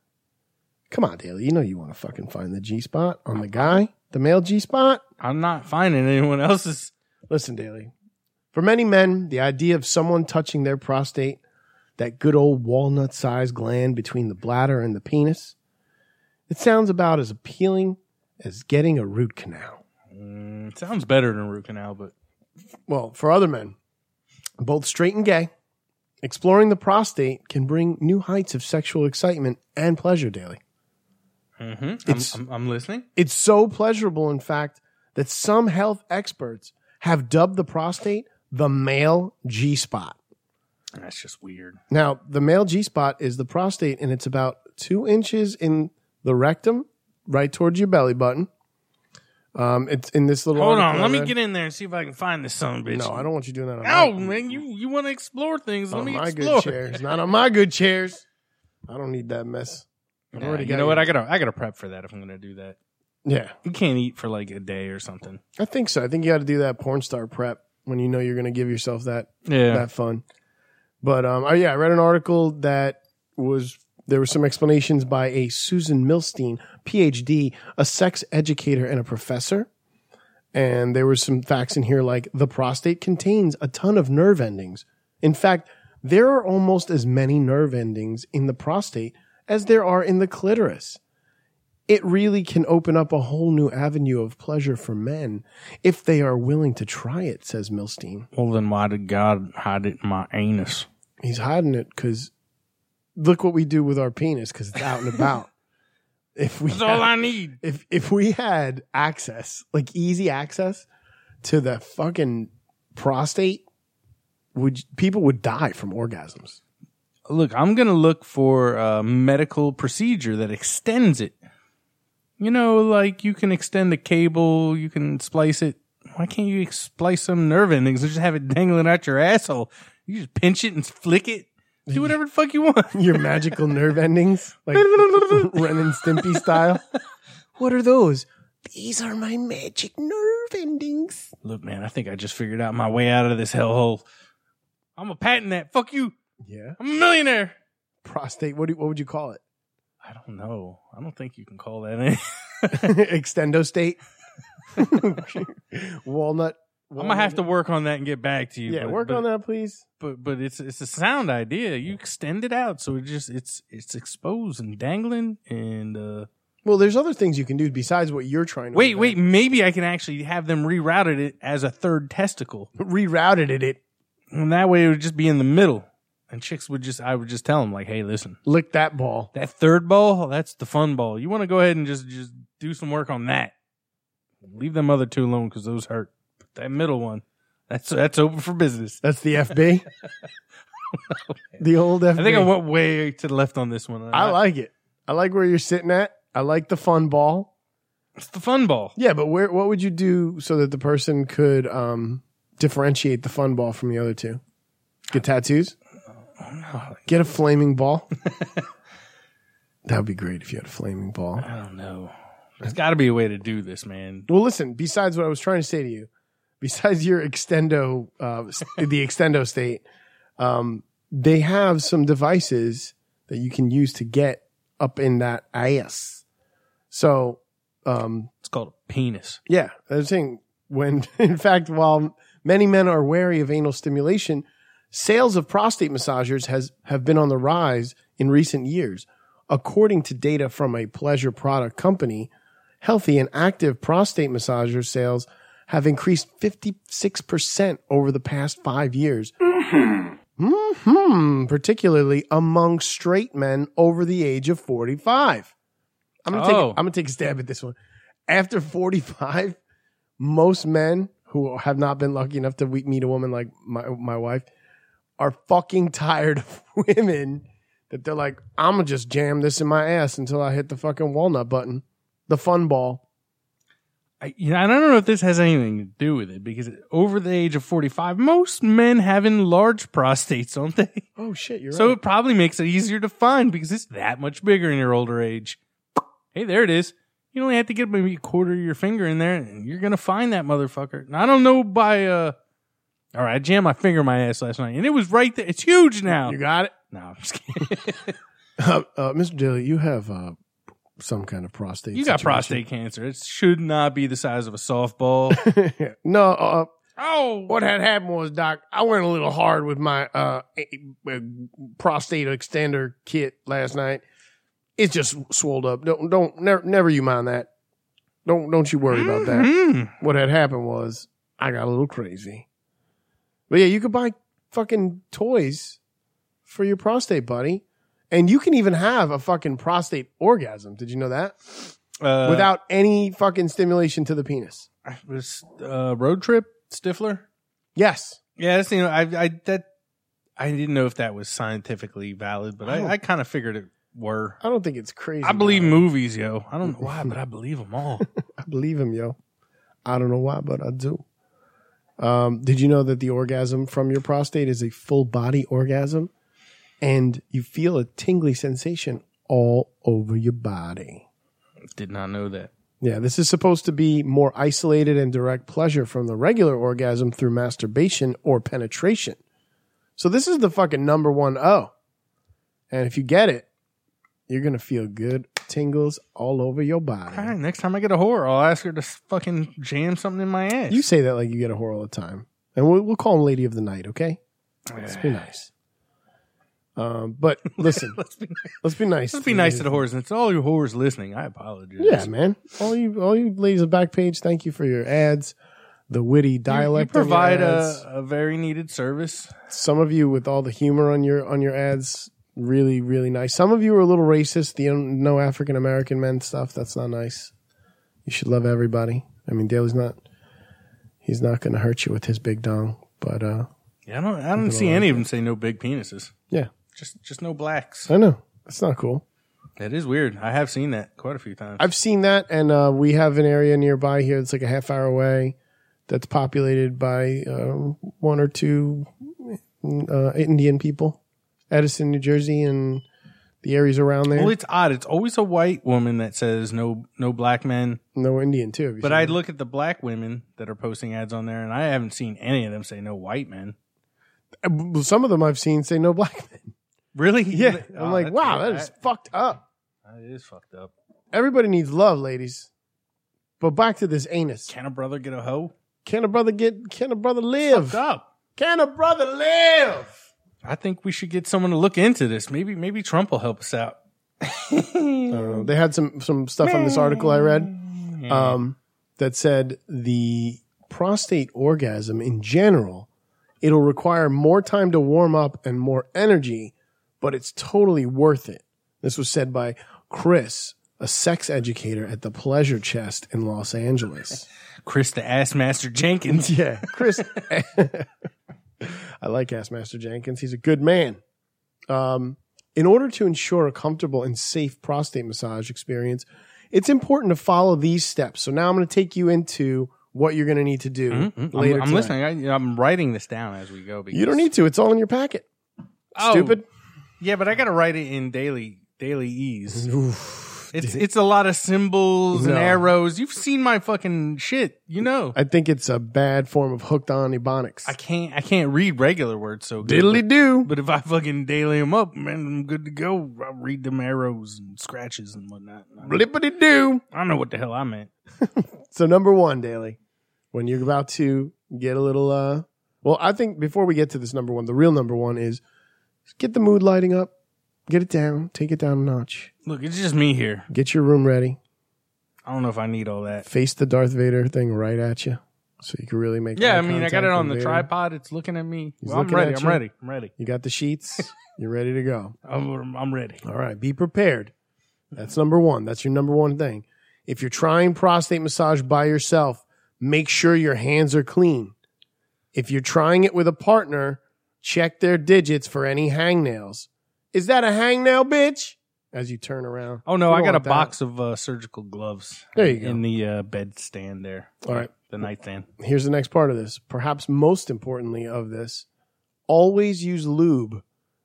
Come on, Daly. You know you want to fucking find the G spot on the guy, the male G spot. I'm not finding anyone else's. Listen, Daly. For many men, the idea of someone touching their prostate, that good old walnut sized gland between the bladder and the penis, it sounds about as appealing as getting a root canal. Mm, it sounds better than root canal, but well, for other men, both straight and gay, exploring the prostate can bring new heights of sexual excitement and pleasure daily. Mhm. It's- I'm, I'm, I'm listening. It's so pleasurable, in fact, that some health experts have dubbed the prostate the male G spot. That's just weird. Now, the male G spot is the prostate, and it's about two inches in the rectum, right towards your belly button. Um, it's in this little. Hold on. article Let I me read- get in there and see if I can find this son of a bitch. No, I don't want you doing that. on Ow, my- man, you, you want to explore things. Let on me Oh, my explore. good chairs. Not on my good chairs. I don't need that mess. I've Yeah, already you got know what? you. I gotta I gotta prep for that if I'm gonna do that. Yeah, You can't eat for like a day or something. I think so. I think you got to do that porn star prep when you know you're going to give yourself that Yeah. that fun. But um, oh yeah, I read an article that was there were some explanations by a Susan Milstein, PhD, a sex educator and a professor. And there were some facts in here like the prostate contains a ton of nerve endings. In fact, there are almost as many nerve endings in the prostate as there are in the clitoris. it really can open up a whole new avenue of pleasure for men if they are willing to try it, says Milstein. Well, then why did God hide it in my anus? He's hiding it because look what we do with our penis because it's out and about. If we That's all had- I need. if if we had access, like easy access to the fucking prostate, would people would die from orgasms? Look, I'm gonna look for a medical procedure that extends it. You know, like you can extend a cable, you can splice it. Why can't you splice some nerve endings and just have it dangling out your asshole? You just pinch it and flick it. Do whatever the fuck you want. Your magical nerve endings, like Ren and Stimpy style. What are those? These are my magic nerve endings. Look, man, I think I just figured out my way out of this hellhole. I'm a patent that. Fuck you. Yeah, I'm a millionaire. prostate. What do, what would you call it? I don't know. I don't think you can call that in. Extendo state. Walnut. I'm gonna have to work on that and get back to you. Yeah, but- work but- on that, please. But but it's it's a sound idea. You extend it out so it just it's it's exposed and dangling and uh Well, there's other things you can do besides what you're trying to. Wait, prevent. wait, maybe I can actually have them rerouted it as a third testicle. Rerouted it. It And that way it would just be in the middle. And chicks would just I would just tell them like, "Hey, listen. lick that ball. That third ball, that's the fun ball. You want to go ahead and just just do some work on that. Leave them other two alone cuz those hurt. But that middle one, that's that's open for business. That's the FB. the old FB. I think I went way to the left on this one. I like it. I like where you're sitting at. I like the fun ball. it's the fun ball. Yeah, but where? What would you do so that the person could um, differentiate the fun ball from the other two? Get tattoos. Get a flaming ball. that would be great if you had a flaming ball. I don't know. There's got to be a way to do this, man. Well, listen. Besides what I was trying to say to you, besides your extendo, uh, s- the extendo state, um, they have some devices that you can use to get up in that ass. So, um, It's called a penis. yeah, I was saying when, in fact, while many men are wary of anal stimulation, sales of prostate massagers has have been on the rise in recent years, according to data from a pleasure product company. Healthy and active prostate massager sales have increased 56% over the past five years. hmm Particularly among straight men over the age of 45. I'm gonna take Oh. I'm gonna take a stab at this one. After 45, most men who have not been lucky enough to we- meet a woman like my my wife are fucking tired of women that they're like, I'm gonna just jam this in my ass until I hit the fucking walnut button, the fun ball. I, you know, I don't know if this has anything to do with it because over the age of 45, most men have enlarged prostates, don't they? Oh shit, you're So right. it probably makes it easier to find because it's that much bigger in your older age. Hey, there it is. You only have to get maybe a quarter of your finger in there and you're going to find that motherfucker. And I don't know by, uh, all right, I jammed my finger in my ass last night and it was right there. It's huge now. You got it, no, I'm just kidding. uh, uh, Mr. Daly. You have uh, some kind of prostate. you got prostate cancer. It should not be the size of a softball. prostate. no, uh, oh, what had happened was, Doc, I went a little hard with my uh, uh, prostate extender kit last night. It's just swolled up. Don't don't never, never you mind that. Don't don't you worry about that. Mm. what had happened was I got a little crazy. But yeah, you could buy fucking toys for your prostate, buddy. And you can even have a fucking prostate orgasm. Did you know that? Uh, Without any fucking stimulation to the penis. was, uh, road trip Stifler. Yes. Yeah, that's, you know, I, I that I didn't know if that was scientifically valid, but I don't- I, I kind of figured it were. I don't think it's crazy. I believe him. movies, yo. I don't know why, but I believe them all. I believe him, yo. I don't know why, but I do. Um, did you know that the orgasm from your prostate is a full body orgasm and you feel a tingly sensation all over your body? Did not know that. Yeah, this is supposed to be more isolated and direct pleasure from the regular orgasm through masturbation or penetration. So this is the fucking number one O. And if you get it, you're gonna feel good tingles all over your body. All right, next time I get a whore, I'll ask her to s- fucking jam something in my ass. You say that like you get a whore all the time, and we'll, we'll call him Lady of the Night. Okay, let's be nice. Um, but listen, Let's be, let's be nice. let's be nice to the whores. And it's all your whores listening. I apologize. Yeah, man. All you, all you ladies of Backpage, thank you for your ads. The witty You- dialect. You, of your provide ads. a, a very needed service. some of you with all the humor on your on your ads really really nice some of you are a little racist the un- no african american men stuff that's not nice you should love everybody i mean daley's not he's not going to hurt you with his big dong but uh Yeah, I don't. I don't see any of them say no big penises. yeah Just, just no blacks. i know that's not cool That is weird. I have seen that quite a few times. i've seen that and uh we have an area nearby here that's like a half hour away that's populated by uh, one or two uh, indian people edison new jersey and the areas around there well, it's odd. It's always a white woman that says no, no black men. no indian too have you But seen I that? look at the black women that are posting ads on there, and I haven't seen any of them say no white men. Well, some of them I've seen say no black men. Really? Oh, Yeah. I'm like, that's wow, weird. that is fucked up. that is fucked up. Everybody needs love, ladies. But back to this anus. Can a brother get a hoe? Can a brother get, can a brother live? Fucked up. Can a brother live? I think we should get someone to look into this. Maybe, maybe Trump will help us out. I don't know. They had some, some stuff on this article I read um, that said the prostate orgasm in general, it'll require more time to warm up and more energy, but it's totally worth it. This was said by Chris, a sex educator at the Pleasure Chest in Los Angeles. Chris the Ass Master Jenkins. Yeah, Chris. I like Assmaster Jenkins. He's a good man. Um, in order to ensure a comfortable and safe prostate massage experience, it's important to follow these steps. So now I'm going to take you into what you're going to need to do Mhm. I'm- later. I'm, tonight. listening. I, I'm writing this down as we go. Because, You don't need to. It's all in your packet. Oh, Stupid. Yeah, but I got to write it in daily daily ease. Oof. It's it's a lot of symbols No. and arrows. You've seen my fucking shit. You know. I think it's a bad form of hooked on ebonics. I can't I can't read regular words so good. Diddly do. But if I fucking daily them up, man, I'm good to go. I read them arrows and scratches and whatnot. Blippity do. I don't know what the hell I meant. So number one, Daily, when you're about to get a little uh well, I think before we get to this number one, the real number one is get the mood lighting up, get it down, take it down a notch, Look, it's just me here. get your room ready, I don't know if I need all that. face the Darth Vader thing right at you, so you can really make. Yeah, eye I mean, I contact got it on with Vader. the tripod. It's looking at me. He's Well, I'm looking ready. at I'm you. ready. I'm ready. You got the sheets. you're ready to go. I'm, I'm ready. All right, be prepared. That's number one. That's your number one thing. If you're trying prostate massage by yourself, make sure your hands are clean. If you're trying it with a partner, check their digits for any hangnails. Is that a hangnail, bitch? As you turn around. Oh no, You I don't got a want that. box of uh, surgical gloves. There you go. In the uh, bed stand there. All right. The nightstand. Here's the next part of this. Perhaps most importantly of this, always use lube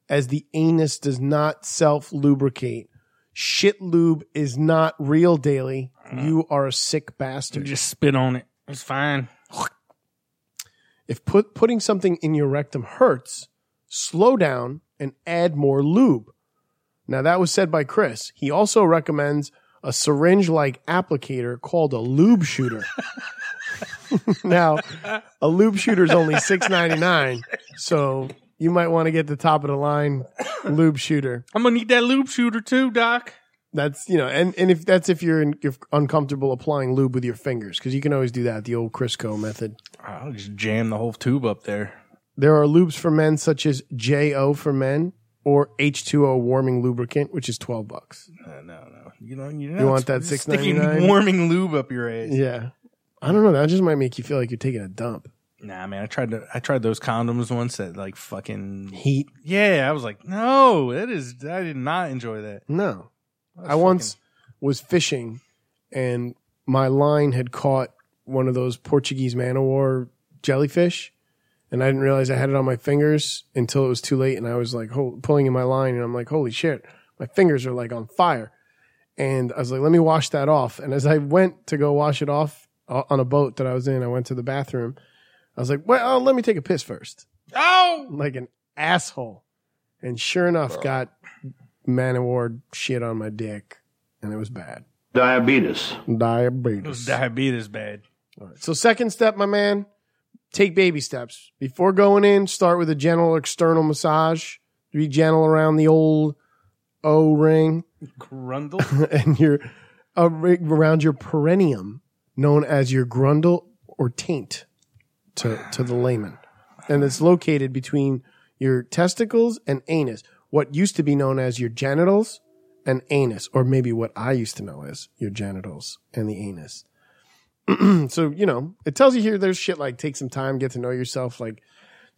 as the anus does not self lubricate. Shit lube is not real daily. You are a sick You bastard. just spit on it. It's fine. If put, putting something in your rectum hurts, slow down and add more lube. Now, that was said by Chris. He also recommends a syringe like applicator called a lube shooter. now, a lube shooter is only $6.99, so you might want to get the top of the line lube shooter. I'm gonna need that lube shooter too, Doc. That's, you know, and, and if that's if you're, in, you're uncomfortable applying lube with your fingers, because you can always do that, the old Crisco method. I'll just jam the whole tube up there. There are lubes for men such as JO for men or H2O warming lubricant, which is 12 bucks. No, no, no. You know, you You want that $6.99? Sticking warming lube up your ass. Yeah. I don't know. That just might make you feel like you're taking a dump. Nah, man. I tried to. I tried those condoms once that like fucking. Heat? Yeah, I was like, no, that is. I did not enjoy that. No. I once was fishing and my line had caught one of those Portuguese man o' war jellyfish. And I didn't realize I had it on my fingers until it was too late. And I was like ho- pulling in my line and I'm like, holy shit, my fingers are like on fire. And I was like, let me wash that off. And as I went to go wash it off uh, on a boat that I was in, I went to the bathroom. I was like, well, let me take a piss first Oh, like an asshole. And sure enough, got man of war shit on my dick, and it was bad. Diabetes. it was Diabetes. diabetes bad. so, second step, my man, take baby steps. Before going in, start with a general external massage. you be gentle around the old O ring Grundle. and your a ring around your perineum, known as your grundle or taint, to to the layman, and it's located between your testicles and anus, what used to be known as your genitals and anus, or maybe what I used to know as your genitals and the anus. so you know, it tells you here there's shit like take some time, get to know yourself, like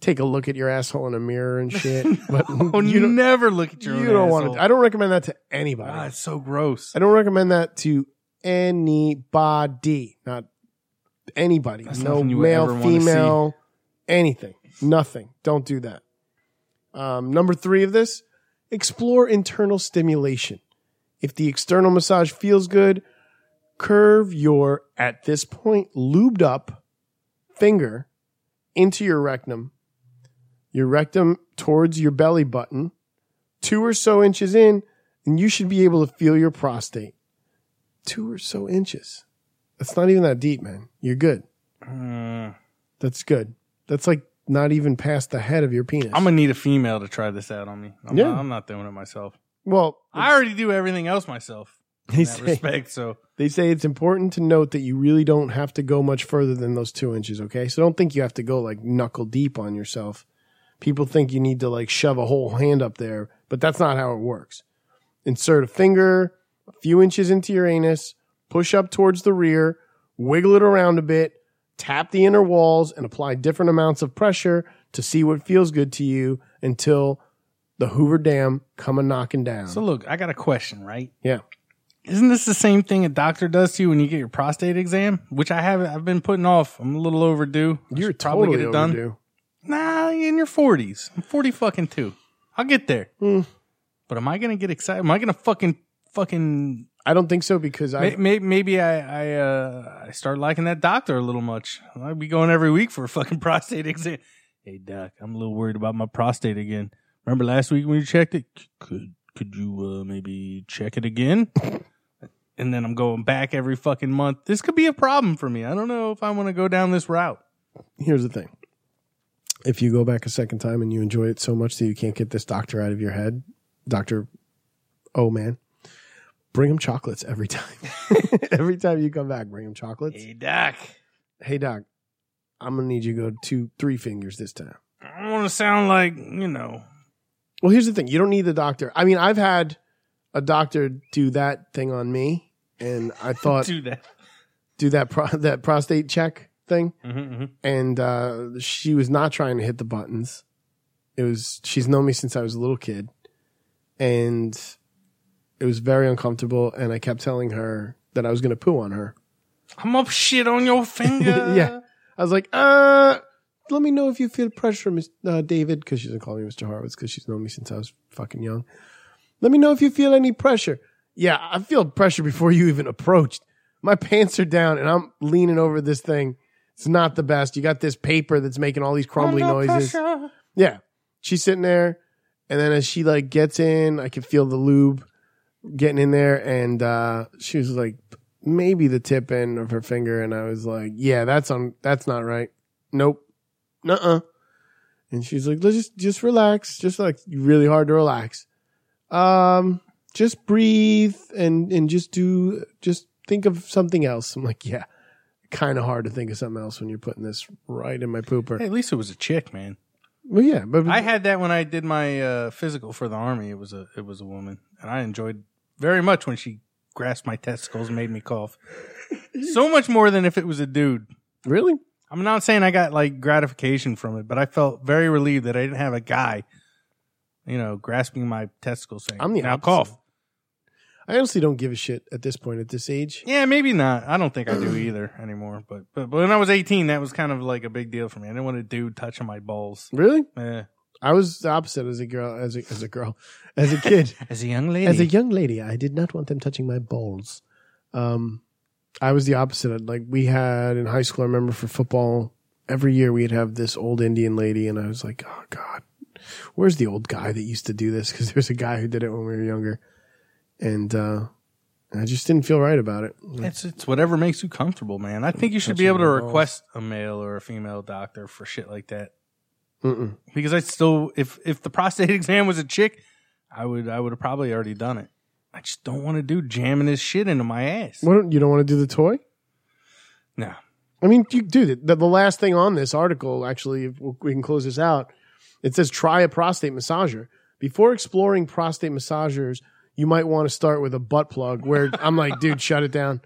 take a look at your asshole in a mirror and shit. But Oh, you you don't, never look at your. you own don't want asshole. to. I don't recommend that to anybody. God, Ah, it's so gross. I don't recommend that to anybody, not anybody. That's no nothing you would ever male, wanna see. female, anything. Nothing. Don't do that. Um, number three of this explore internal stimulation. If the external massage feels good, curve your, at this point, lubed up finger into your rectum, your rectum towards your belly button, two or so inches in, and you should be able to feel your prostate. Two or so inches. That's not even that deep, man. You're good. Mm. That's good. That's like not even past the head of your penis. I'm gonna need a female to try this out on me. I'm, Yeah. not, I'm not doing it myself. well, I already do everything else myself. In They that say- respect, so They say it's important to note that you really don't have to go much further than those two inches, okay? So don't think you have to go like knuckle deep on yourself. People think you need to like shove a whole hand up there, but that's not how it works. Insert a finger a few inches into your anus, push up towards the rear, wiggle it around a bit, tap the inner walls, and apply different amounts of pressure to see what feels good to you until the Hoover Dam come a knocking down. so look, I got a question, right? yeah. Isn't this the same thing a doctor does to you when you get your prostate exam? Which I haven't. I've been putting off. I'm a little overdue. I You're should probably totally get it overdue. done. Nah, in your forties. I'm forty fucking two. I'll get there. But am I gonna get excited? Am I gonna fucking fucking? I don't think so because I May, may, maybe I I uh I start liking that doctor a little much. I'd be going every week for a fucking prostate exam. Hey doc, I'm a little worried about my prostate again. Remember last week when you checked it? C- Could could you uh, maybe check it again? and then I'm going back every fucking month. This could be a problem for me. I don't know if I want to go down this route. here's the thing. If you go back a second time and you enjoy it so much that you can't get this doctor out of your head, Dr. Oh man, bring him chocolates every time. every time you come back, bring him chocolates. Hey doc, Hey, doc, I'm going to need you to go two, three fingers this time. I don't want to sound like you know. Well, here's the thing. You don't need the doctor. I mean, I've had a doctor do that thing on me and I thought Do that. do that pro- that prostate check thing. Mhm, mhm. and uh, she was not trying to hit the buttons. It was she's known me since I was a little kid, and it was very uncomfortable. And I kept telling her that I was going to poo on her. I'm up shit on your finger. yeah, I was like, uh, let me know if you feel pressure, Miss uh, David, because she doesn't call me Mister Horowitz because she's known me since I was fucking young. Let me know if you feel any pressure. Yeah, I feel pressure before you even approached. My pants are down and I'm leaning over this thing. It's not the best. You got this paper that's making all these crumbly noises. Yeah. She's sitting there. And then as she like gets in, I can feel the lube getting in there. And uh, she was like, maybe the tip end of her finger. And I was like, yeah, that's on, that's not right. Nope. Nuh uh. And she's like, let's just, just relax. Just like really hard to relax. Um, just breathe and, and just do, just think of something else. I'm like, yeah, kind of hard to think of something else when you're putting this right in my pooper. Hey, at least it was a chick, man. Well, yeah, but I had that when I did my uh, physical for the army. It was a it was a woman, and I enjoyed very much when she grasped my testicles and made me cough. so much more than if it was a dude. really, I'm not saying I got like gratification from it, but I felt very relieved that I didn't have a guy, you know, grasping my testicles saying, I'm the "Now opposite. cough." I honestly don't give a shit at this point, at this age. Yeah, maybe not. I don't think I do either anymore. But, but but when I was 18, that was kind of like a big deal for me. I didn't want a dude touching my balls. Really, Eh. I was the opposite as a girl, as a, as a girl, as a kid, As a young lady, as a young lady. I did not want them touching my balls. Um, I was the opposite. Like we had in high school, I remember for football, every year we'd have this old Indian lady, and I was like, oh god, where's the old guy that used to do this? Because there's a guy who did it when we were younger, and uh, I just didn't feel right about it. It's it's whatever makes you comfortable, man. I think you should be able to request a male or a female doctor for shit like that. Because I still, if if the prostate exam was a chick, I would I would have probably already done it. I just don't want to do jamming his shit into my ass. What, don't- you don't want to do the toy? No. I mean, you, dude, the, the last thing on this article, actually, if we can close this out, it says try a prostate massager. Before exploring prostate massagers, you might want to start with a butt plug, where I'm like, dude, shut it down.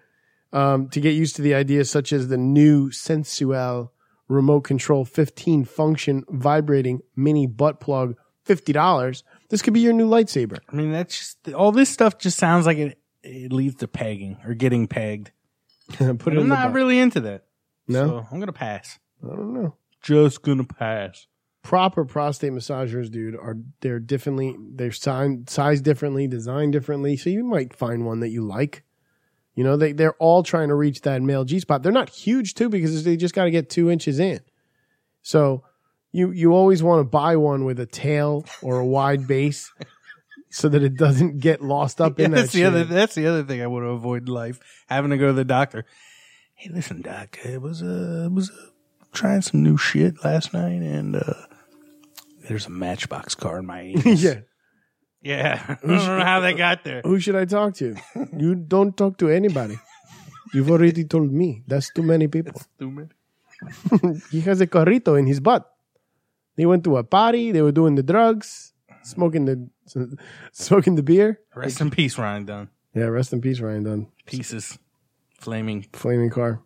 Um, to get used to the ideas such as the new Sensual remote control 15 function vibrating mini butt plug, $50. This could be your new lightsaber. I mean, that's just all this stuff just sounds like it it leads to pegging or getting pegged. Put But it I'm in the not butt. really into that. No? So I'm gonna pass. I don't know. Just gonna pass. proper prostate massagers, dude, are they're differently they're signed, sized differently, designed differently. So you might find one that you like. You know, they they're all trying to reach that male G spot. They're not huge too because they just got to get two inches in. So you you always want to buy one with a tail or a wide base. So that it doesn't get lost up Yeah, in that. that's the other. shit. That's the other thing I want to avoid in life: having to go to the doctor. Hey, listen, doc. I was uh, I was uh, trying some new shit last night, and uh, there's a Matchbox car in my anus. yeah. yeah. I don't know how they got there. Who should I talk to? You don't talk to anybody. You've already told me. That's too many people. Stupid. he has a carrito in his butt. They went to a party. They were doing the drugs, smoking the smoking the beer. Rest in peace, Ryan Dunn. Yeah, rest in peace, Ryan Dunn. Pieces, flaming, Flaming car.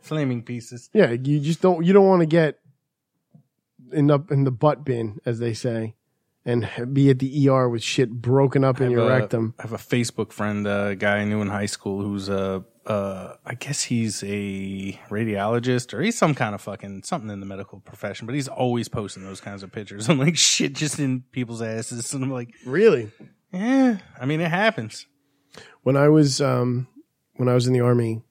flaming pieces. Yeah, you just don't you don't want to get in up in the butt bin, as they say, and be at the ER with shit broken up in your have a- rectum. I have a Facebook friend, uh, a guy I knew in high school who's a, uh, I guess he's a radiologist or he's some kind of fucking something in the medical profession, but he's always posting those kinds of pictures. I'm like, shit, just in people's asses. And I'm like, Really? yeah, I mean, it happens. when I was um, when I was in the army,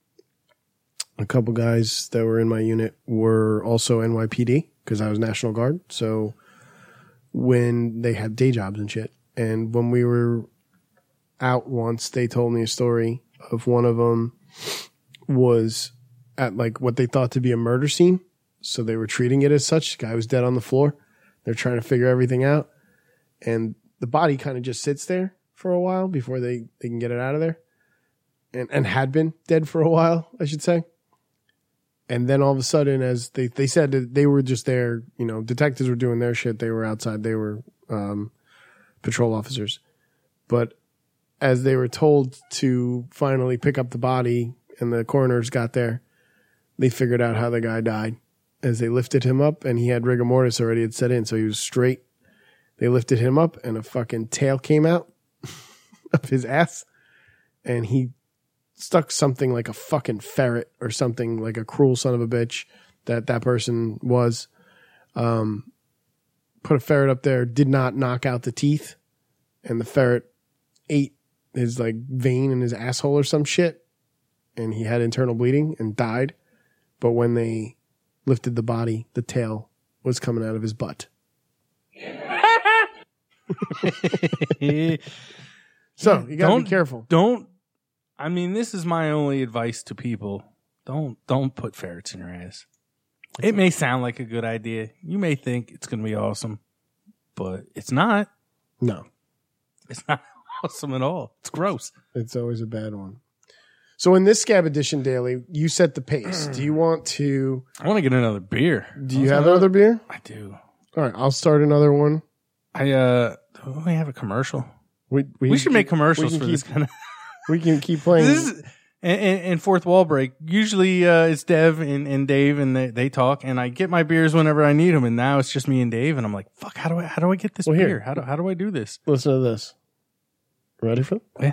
a couple guys that were in my unit were also NYPD because I was National Guard. So when they had day jobs and shit, and when we were out once, they told me a story of one of them was at like what they thought to be a murder scene, so they were treating it as such. Guy was dead on the floor. They're trying to figure everything out, and the body kind of just sits there for a while before they, they can get it out of there and, and had been dead for a while, I should say. And then all of a sudden, as they, they said that they were just there, you know, detectives were doing their shit. They were outside, they were um, patrol officers. But as they were told to finally pick up the body and the coroners got there, they figured out how the guy died. As they lifted him up, and he had rigor mortis already had set in, so he was straight they lifted him up and a fucking tail came out of his ass and he stuck something like a fucking ferret or something like a cruel son of a bitch that that person was um put a ferret up there did not knock out the teeth and the ferret ate his like vein in his asshole or some shit and he had internal bleeding and died but when they lifted the body the tail was coming out of his butt so you gotta Don't- be careful Don't, I mean, this is my only advice to people. Don't, don't put ferrets in your ass. It may sound like a good idea. You may think it's going to be awesome, but it's not. no It's not awesome at all. It's gross. It's always a bad one. So in this Scab Edition Daily, you set the pace. Do you want to? I want to get another beer. Do you have another beer? I do. All right, I'll start another one. I uh, don't we have a commercial. We We, should keep- make commercials we for can this keep, kind of. We can keep playing. This is and, and, and fourth wall break. Usually, uh, it's Dev and, and Dave, and they, they talk, and I get my beers whenever I need them. And now it's just me and Dave, and I'm like, fuck, how do I how do I get this Well, here. beer? How do how do I do this? Listen to this. Ready for? Yeah.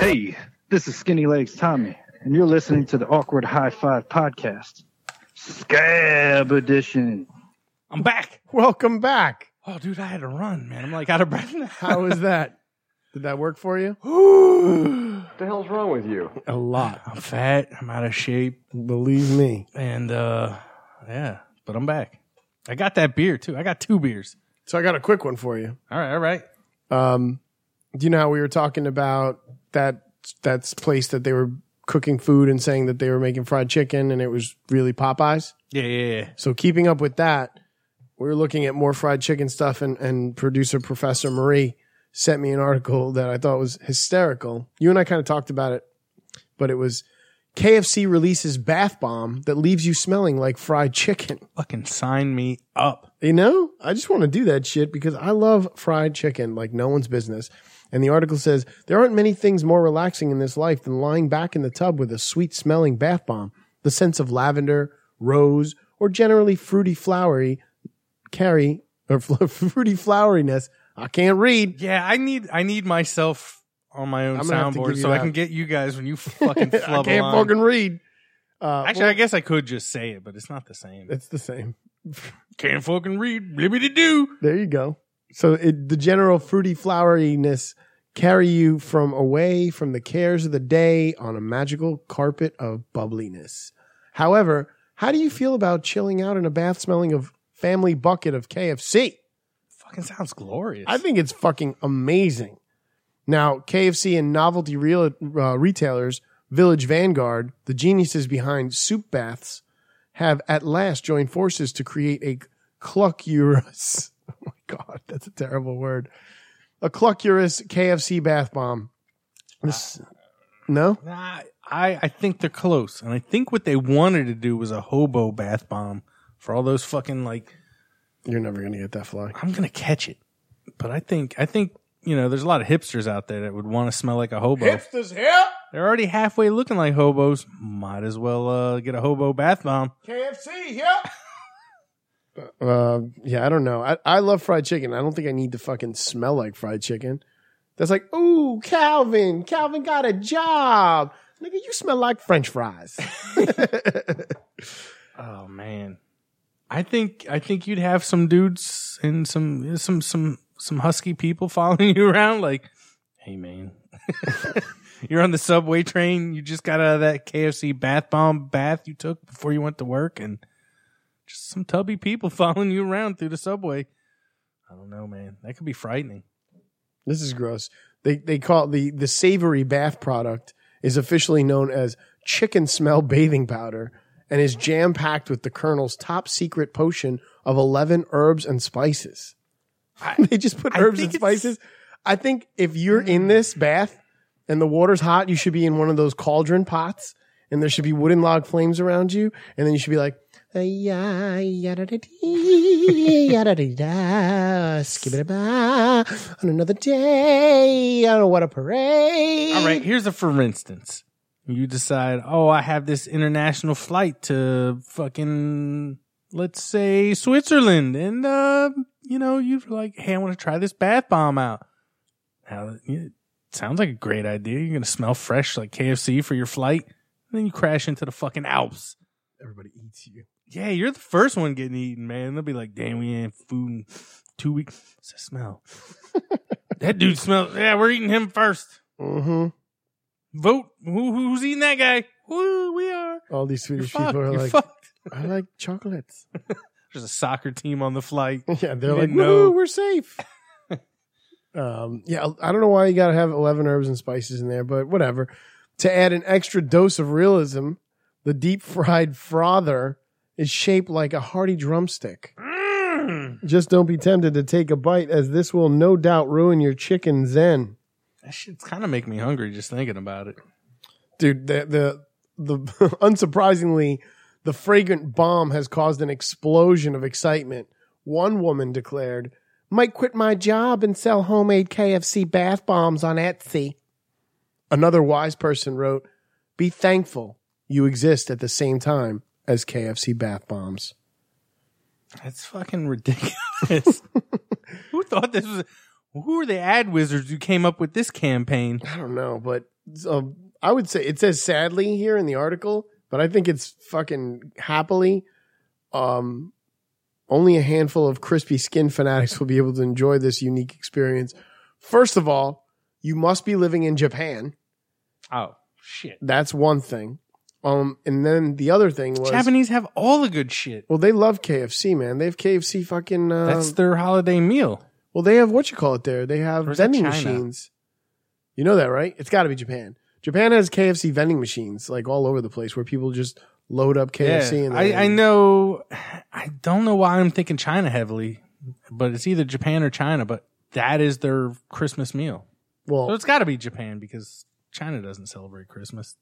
Hey, this is Skinny Legs Tommy, and you're listening to the Awkward High Five Podcast, Scab Edition. I'm back. Welcome back. Oh, dude, I had to run, man. I'm like out of breath now. How was that? Did that work for you? What the hell's wrong with you? A lot. I'm fat. I'm out of shape, Believe me. and uh, yeah, but I'm back. I got that beer too. I got two beers. So I got a quick one for you. All right, all right. Um, do you know how we were talking about that that place that they were cooking food and saying that they were making fried chicken and it was really Popeyes? Yeah, yeah, yeah. So keeping up with that, we were looking at more fried chicken stuff and, and producer Professor Marie sent me an article that I thought was hysterical. You and I kind of talked about it, but it was KFC releases bath bomb that leaves you smelling like fried chicken. Fucking sign me up. You know, I just want to do that shit because I love fried chicken like no one's business. And the article says there aren't many things more relaxing in this life than lying back in the tub with a sweet smelling bath bomb. The scents of lavender, rose, or generally fruity flowery carry or fl- fruity floweriness. I can't read. Yeah, I need I need myself on my own I'm gonna have to give soundboard you so I that. can get you guys when you fucking I flub can't along. fucking read. Uh, Actually, I guess I could just say it, but it's not the same. it's the same. Can't fucking read. Blibbity doo. There you go. So it, the general fruity floweriness carry you from away from the cares of the day on a magical carpet of bubbliness. However, how do you feel about chilling out in a bath smelling of family bucket of KFC? Fucking sounds glorious. I think it's fucking amazing. Now, KFC and novelty real, uh, retailers, Village Vanguard, the geniuses behind soup baths, have at last joined forces to create a cluckurous. Oh my God, that's a terrible word. A cluckurous KFC bath bomb. This, no? Nah, I, I think they're close. And I think what they wanted to do was a hobo bath bomb for all those fucking like You're never going to get that fly. I'm gonna catch it. But I think I think you know, there's a lot of hipsters out there that would want to smell like a hobo. Hipsters here! They're already halfway looking like hobos. Might as well uh, get a hobo bath bomb. KFC here! Uh, yeah, I don't know. I, I love fried chicken. I don't think I need to fucking smell like fried chicken. That's like, ooh, Calvin. Calvin got a job. Nigga, you smell like French fries. Oh man, I think I think you'd have some dudes and some some some some husky people following you around. Like, hey man, you're on the subway train. You just got out of that KFC bath bomb bath you took before you went to work, and just some tubby people following you around through the subway. I don't know, man. That could be frightening. this is gross. They they call it the the savory bath product is officially known as chicken smell bathing powder and is jam packed with the Colonel's top secret potion of eleven herbs and spices. they just put I herbs think and it's- spices. I think if you're in this bath and the water's hot, you should be in one of those cauldron pots, and there should be wooden log flames around you, and then you should be like. "Ay-ya, yadda-da-dee, yadda-dee-da, skibidi-ba, On another day, on a what a parade. All right, here's a for instance. You decide, oh, I have this international flight to fucking, let's say Switzerland. And, uh, you know, you're like, hey, I want to try this bath bomb out. Now, it sounds like a great idea. You're going to smell fresh like KFC for your flight. And then you crash into the fucking Alps. Everybody eats you. Yeah, you're the first one getting eaten, man. They'll be like, damn, we ain't had food in two weeks. What's that smell? that dude smells, yeah, we're eating him first. Mm-hmm. Vote. Who, who's eating that guy? Woo, we are. All these Swedish You're fucked. people are You're like, fucked. I like chocolates. There's a soccer team on the flight. yeah, they're You like, didn't know. woo, we're safe. um, yeah, I don't know why you got to have 11 herbs and spices in there, but whatever. To add an extra dose of realism, the deep fried frother is shaped like a hearty drumstick. Mm. Just don't be tempted to take a bite, as this will no doubt ruin your chicken zen. That shit's kind of making me hungry just thinking about it. dude the the, the unsurprisingly the fragrant bomb has caused an explosion of excitement one woman declared might quit my job and sell homemade kfc bath bombs on etsy another wise person wrote be thankful you exist at the same time as kfc bath bombs That's fucking ridiculous. who thought this was? Who are the ad wizards who came up with this campaign? i don't know but um, i would say it says sadly here in the article but i think it's fucking happily um, only a handful of crispy skin fanatics will be able to enjoy this unique experience first of all you must be living in japan Oh shit! that's one thing um, and then the other thing was Japanese have all the good shit. well they love kfc man they have kfc fucking uh, That's their holiday meal. Well, they have what you call it there. They have Or is it vending China? machines. You know that, right? It's got to be Japan. Japan has KFC vending machines like all over the place where people just load up KFC. yeah, and I, I know. I don't know why I'm thinking China heavily, but it's either Japan or China. But that is their Christmas meal. Well, so it's got to be Japan because China doesn't celebrate Christmas.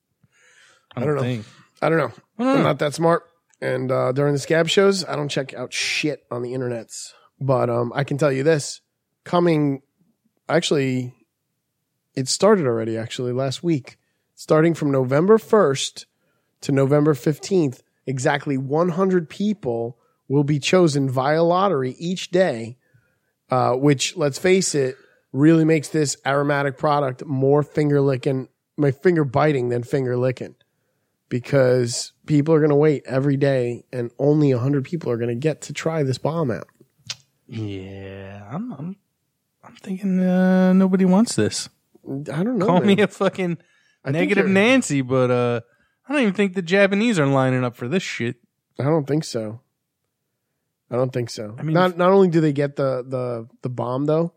I I don't, don't know. think. I don't know. don't I'm know. not that smart. And uh, during the scab shows, I don't check out shit on the internets. But um, I can tell you this: coming, actually, it started already. Actually, last week, starting from November 1st to November 15th, exactly 100 people will be chosen via lottery each day. Uh, which, let's face it, really makes this aromatic product more finger licking, my finger biting than finger licking because people are going to wait every day and only 100 people are going to get to try this bomb out. Yeah, I'm. I'm, I'm thinking uh, nobody wants this. I don't know. Call man. me a fucking I think negative you're- Nancy, but uh, I don't even think the Japanese are lining up for this shit. I don't think so. I don't think so. I mean- not not only do they get the the the bomb though,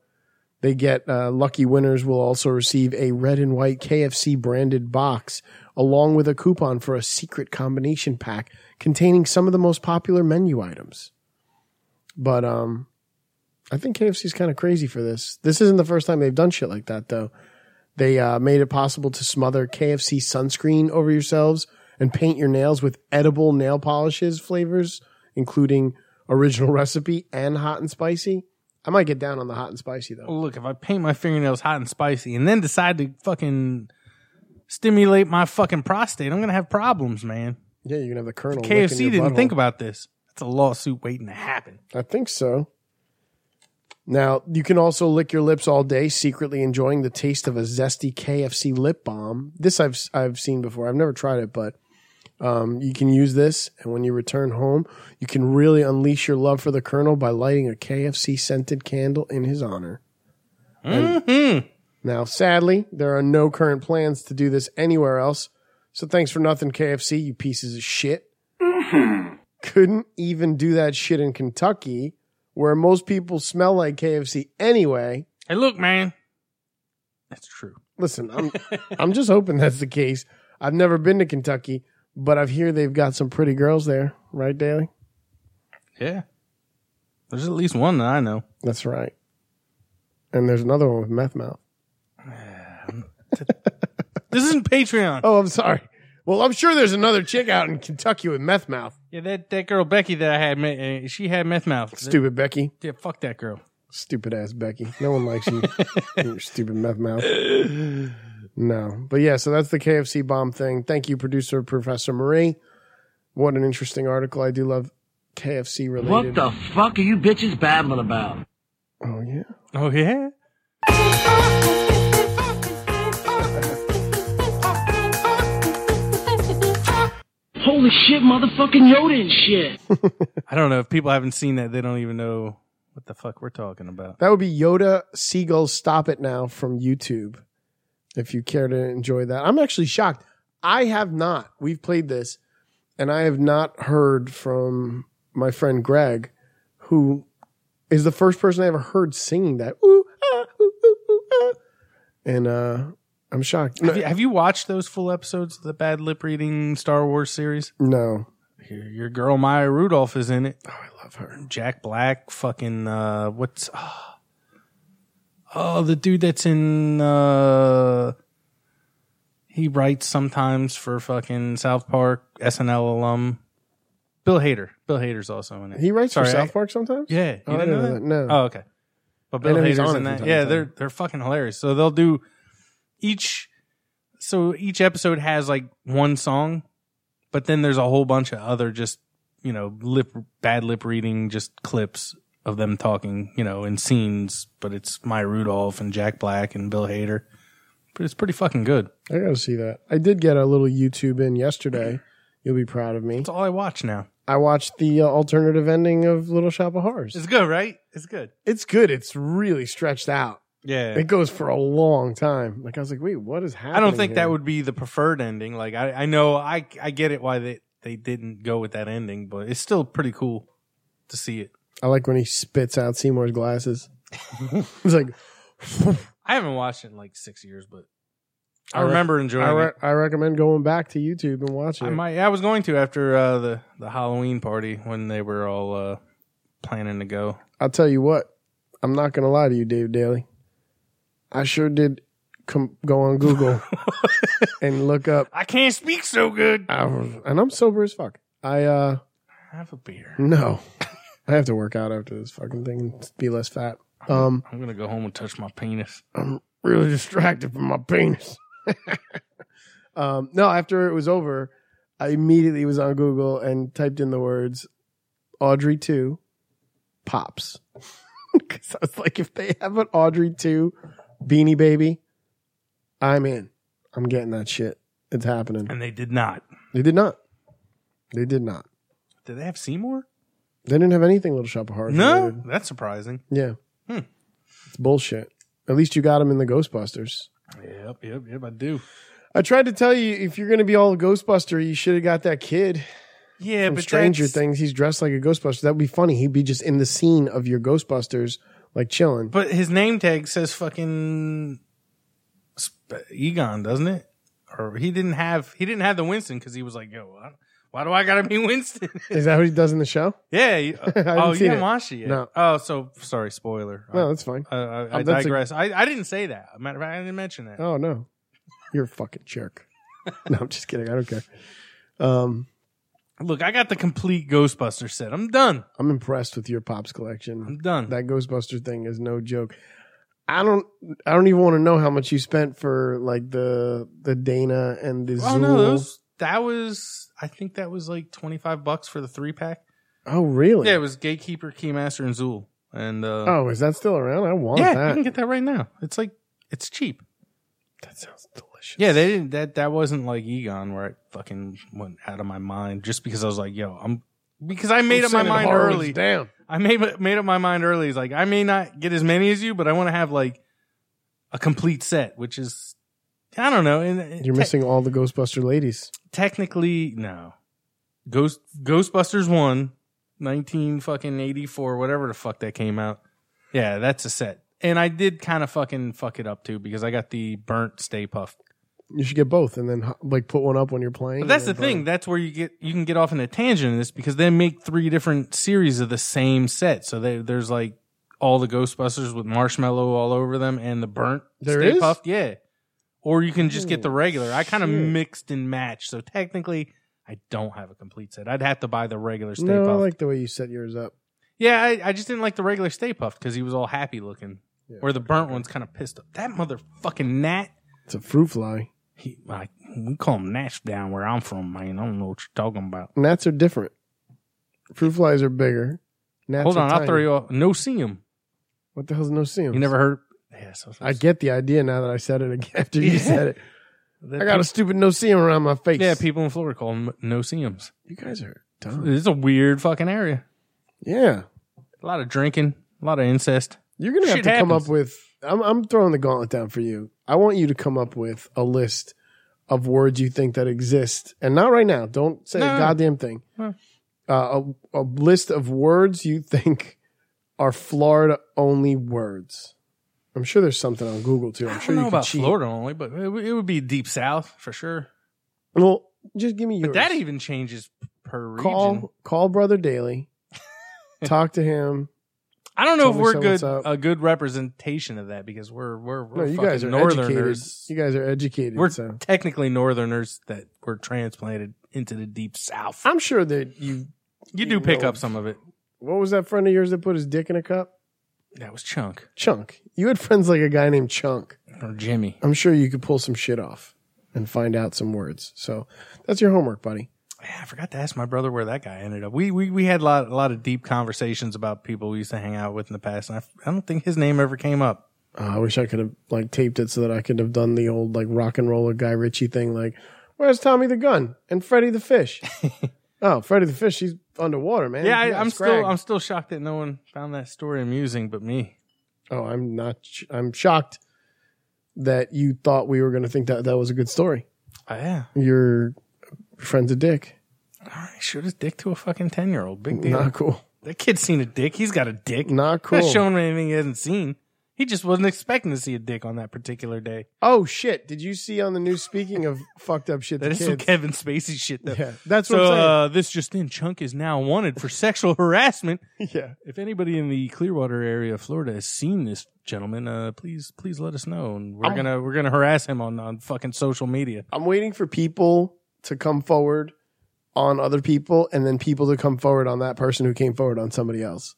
they get uh, lucky winners will also receive a red and white KFC branded box along with a coupon for a secret combination pack containing some of the most popular menu items. But um, I think KFC's kind of crazy for this. This isn't the first time they've done shit like that though. They uh, made it possible to smother KFC sunscreen over yourselves and paint your nails with edible nail polishes flavors, including original recipe and hot and spicy. I might get down on the hot and spicy though. Look, if I paint my fingernails hot and spicy and then decide to fucking stimulate my fucking prostate, I'm gonna have problems, man. Yeah, you're gonna have the kernel. KFC licking your didn't think butthole. about this. That's a lawsuit waiting to happen. I think so. Now you can also lick your lips all day, secretly enjoying the taste of a zesty KFC lip balm. This I've I've seen before. I've never tried it, but um, you can use this, and when you return home, you can really unleash your love for the Colonel by lighting a KFC scented candle in his honor. Hmm. Now, sadly, there are no current plans to do this anywhere else. So thanks for nothing, KFC, you pieces of shit. Couldn't even do that shit in Kentucky, where most people smell like KFC anyway. Hey, look, man. That's true. Listen, I'm I'm just hoping that's the case. I've never been to Kentucky, but I've hear they've got some pretty girls there, right, Daly? Yeah. There's at least one that I know. That's right. And there's another one with meth mouth. This isn't Patreon. Oh, I'm sorry. Well, I'm sure there's another chick out in Kentucky with meth mouth. Yeah, that, that girl Becky that I had, ma- uh, she had meth mouth. Stupid Becky. Yeah, fuck that girl. Stupid ass Becky. No one likes you. Your stupid meth mouth. No. But yeah, so that's the KFC bomb thing. Thank you, producer Professor Marie. What an interesting article. I do love KFC related. fuck are you bitches babbling about? oh yeah. Oh yeah. Holy shit, motherfucking Yoda and shit. I don't know if people haven't seen that, they don't even know what the fuck we're talking about. That would be Yoda Seagull Stop It Now from YouTube. If you care to enjoy that. I'm actually shocked. I have not. We've played this and I have not heard from my friend Greg, who is the first person I ever heard singing that. Ooh, ah, ooh, ooh, ooh, ah. And uh I'm shocked. No, Have you, have you watched those full episodes of the Bad Lip Reading Star Wars series? no. Your, your girl Maya Rudolph is in it. Oh, I love her. Jack Black, fucking uh, what's oh, oh the dude that's in uh, he writes sometimes for fucking South Park SNL alum. Bill Hader. Bill Hader's also in it. He writes for Sorry, I- South Park sometimes? Yeah, you Oh, I didn't know that? No. Oh, okay. But Bill know he's on Hader's in it from that. time to Yeah, time. they're they're fucking hilarious. So they'll do each. So each episode has like one song, but then there's a whole bunch of other just you know lip bad lip reading just clips of them talking you know in scenes. But it's my Rudolph and Jack Black and Bill Hader. But it's pretty fucking good. I gotta see that. I did get a little YouTube in yesterday. You'll be proud of me. That's all I watch now. I watched the uh, alternative ending of Little Shop of Horrors. It's good, right? It's good. It's good. It's really stretched out. Yeah. It goes for a long time. Like I was like, wait, what is happening? I don't think here? that would be the preferred ending. Like I, I know I I get it why they, they didn't go with that ending, but it's still pretty cool to see it. I like when he spits out Seymour's glasses. It's like I haven't watched it in like six years, but I, I re- remember enjoying I, it. re- I recommend going back to YouTube and watching. I it. might. I was going to after uh, the the Halloween party when they were all uh, planning to go. I'll tell you what. I'm not going to lie to you, Dave Daly. I sure did com- go on Google and look up. I can't speak so good. I was- and I'm sober as fuck. I uh Have a beer. no. I have to work out after this fucking thing and be less fat. Um I'm gonna go home and touch my penis. I'm really distracted from my penis. um no, after it was over, I immediately was on Google and typed in the words Audrey 2 pops. Cuz I was like if they have an Audrey 2 beanie baby, I'm in. I'm getting that shit. It's happening. And they did not. They did not. They did not. Did they have Seymour? They didn't have anything Little Shop of Horrors. No, related. that's surprising. Yeah. Hmm. It's bullshit. At least you got them in the Ghostbusters. Yep, yep, yep. I do. I tried to tell you if you're going to be all Ghostbuster, you should have got that kid Yeah, from but Stranger that's- Things. He's dressed like a Ghostbuster. That would be funny. He'd be just in the scene of your Ghostbusters, like chilling. But his name tag says fucking Sp- Egon, doesn't it? Or he didn't have he didn't have the Winston because he was like, yo, why, why do I gotta be Winston? Is that what he does in the show? yeah. you- haven't oh, you seen haven't it. watched it yet. No. Oh, so sorry, spoiler. No, that's fine. I, I, I Um, that's a- digress. I I, I didn't say that. Matter of fact, I didn't mention that. Oh no, you're a fucking jerk. no, I'm just kidding. I don't care. Um, Look, I got the complete Ghostbuster set. I'm done. I'm impressed with your pops collection. I'm done. That Ghostbuster thing is no joke. I don't I don't even want to know how much you spent for like the the Dana and the oh Zool. no, those that was I think that was like twenty five bucks for the three pack. oh really? Yeah, it was Gatekeeper, Keymaster, and Zool. And uh, oh, is that still around? I want yeah, you that. can get that right now. It's like it's cheap. that sounds delicious. Yeah, they didn't. That that wasn't like Egon where I fucking went out of my mind just because I was like, yo, I'm because I made I'm up my sending mind Horowitz early. Down. I made made up my mind early. It's like I may not get as many as you, but I want to have like a complete set, which is I don't know. And You're te- missing all the Ghostbuster ladies. technically no. Ghost Ghostbusters one, 19 fucking 84, whatever the fuck that came out. Yeah, that's a set. And I did kind of fucking fuck it up too because I got the burnt Stay Puff You should get both and then like put one up when you're playing. But that's the and then thing. That's where you get you can get off in a tangent in this because they make three different series of the same set. So they, there's like all the Ghostbusters with marshmallow all over them and the burnt There Stay is? Puffed. Yeah, or you can just get the Oh, regular. I kind of shit. mixed and matched. So technically, I don't have a complete set. I'd have to buy the regular Stay No, I Puffed. like the way you set yours up. yeah, I, I just didn't like the regular Stay Puffed because he was all happy looking. Yeah. Where the burnt one's kind of pissed up. That motherfucking gnat. It's a fruit fly. He, like, we call him gnats down where I'm from, man. I don't know what you're talking about. Gnats are different. Fruit flies are bigger. Gnats Hold are on, I'll tiny. throw you off. No see him. What the hell's no seam? You never heard? Yeah, so, I get the idea now that I said it again after you Yeah. said it. I got a stupid no seam around my face. yeah. People in Florida call them no seeums. You guys are dumb. It's a weird fucking area. Yeah. A lot of drinking, a lot of incest. You're going to have Shit to come happens. up with. I'm, I'm throwing the gauntlet down for you. I want you to come up with a list of words you think that exist. And not right now. Don't say No. a goddamn thing. No. Uh, a, a list of words you think are Florida only words. I'm sure there's something on Google too. I I'm don't sure know you can about cheat. Florida only, but it, would- it would be deep south for sure. Well, just give me yours. But that even changes per region. call call brother Daly. talk to him. I don't know tell if me we're so, good what's up. a good representation of that because we're we're, No, we're you fucking guys are northerners. educated. You guys are educated. We're so. technically northerners that were transplanted into the deep south. I'm sure that you. You you do pick know. up some of it. What was that friend of yours that put his dick in a cup? That was Chunk Chunk. You had friends like a guy named Chunk. or Jimmy. I'm sure you could pull some shit off and find out some words. So that's your homework, buddy. Yeah, I forgot to ask my brother where that guy ended up. We we we had a lot a lot of deep conversations about people we used to hang out with in the past, and I, I don't think his name ever came up. Uh, I wish I could have like taped it so that I could have done the old like rock and roller Guy Ritchie thing. Like, where's Tommy the Gun and Freddie the Fish? oh, Freddie the Fish, he's underwater, man. yeah, He I, got I'm scragged. still I'm still shocked that no one found that story amusing but me. Oh, I'm not. Sh- I'm shocked that you thought we were going to think that that was a good story. Oh, yeah, Your friend's a dick. all right, shoot his dick to a fucking ten year old. Big deal. Not cool. That kid's seen a dick. He's got a dick. Not cool. Not showing him anything he hasn't seen. He just wasn't expecting to see a dick on that particular day. Oh shit! Did you see on the news? Speaking of fucked up shit, That to is some kids. Kevin Spacey shit, though. Yeah, that's so, what I'm saying. Uh, this just in, Chunk is now wanted for sexual harassment. Yeah. If anybody in the Clearwater area of Florida has seen this gentleman, uh, please, please let us know, and we're I'm- gonna we're gonna harass him on on fucking social media. I'm waiting for people to come forward on other people, and then people to come forward on that person who came forward on somebody else.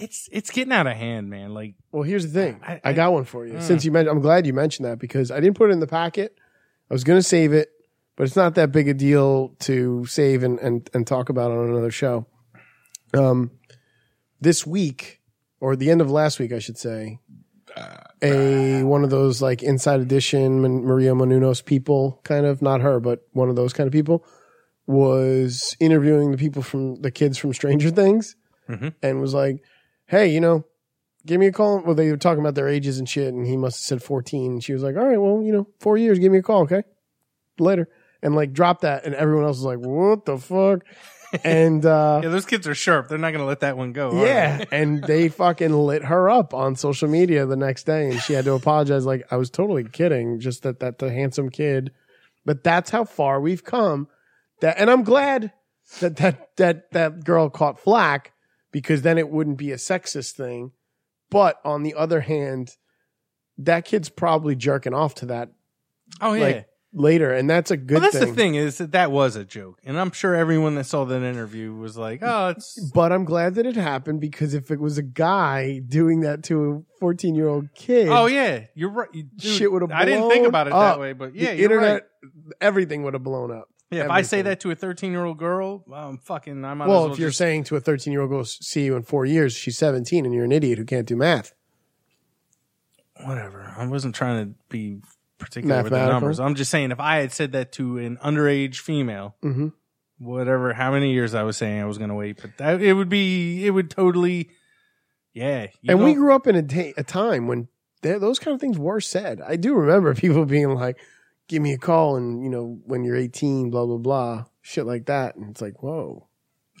It's it's getting out of hand, man. Like, Well, here's the thing. I, I- got one for you. Mm. Since you mentioned, I'm glad you mentioned that because I didn't put it in the packet. I was going to save it, but it's not that big a deal to save and, and, and talk about on another show. Um, this week or the end of last week, I should say, Uh, a one of those like Inside Edition Man- Maria Menounos people, kind of not her, but one of those kind of people was interviewing the people from the kids from Stranger Things Mhm. and was like, "Hey, you know, give me a call." Well, they were talking about their ages and shit, and he must have said fourteen. And she was like, "All right, well, you know, four years. Give me a call, okay? Later." And like dropped that, and everyone else was like, "What the fuck?" And uh, yeah, those kids are sharp. They're not gonna let that one go. are yeah, they? and they fucking lit her up on social media the next day, and she had to apologize. Like I was totally kidding, just that that the handsome kid. But that's how far we've come. That, and I'm glad that that that that girl caught flack because then it wouldn't be a sexist thing. But on the other hand, that kid's probably jerking off to that Oh yeah. like later, and that's a good. well, that's thing. the thing is that that was a joke, and I'm sure everyone that saw that interview was like, "Oh, it's But I'm glad that it happened because if it was a guy doing that to a 14 year old kid, oh yeah, you're right." You- dude, shit would have. I didn't think blown about it up. that way, but yeah, the you're right. internet, everything would have blown up. Yeah, if I say Everything. that to a 13 year old girl, I'm fucking. I might well, as well if you're just- saying to a 13 year old, "Go see you in four years," she's 17, and you're an idiot who can't do math. whatever. I wasn't trying to be particular with the Mathematical? numbers. I'm just saying if I had said that to an underage female, Mm-hmm. whatever, how many years I was saying I was going to wait, but that it would be, it would totally, yeah. you And we don't- grew up in a, ta- a time when th- those kind of things were said. I do remember people being like, "Give me a call," and you know, when you're 18, blah blah blah, shit like that. And it's like, whoa.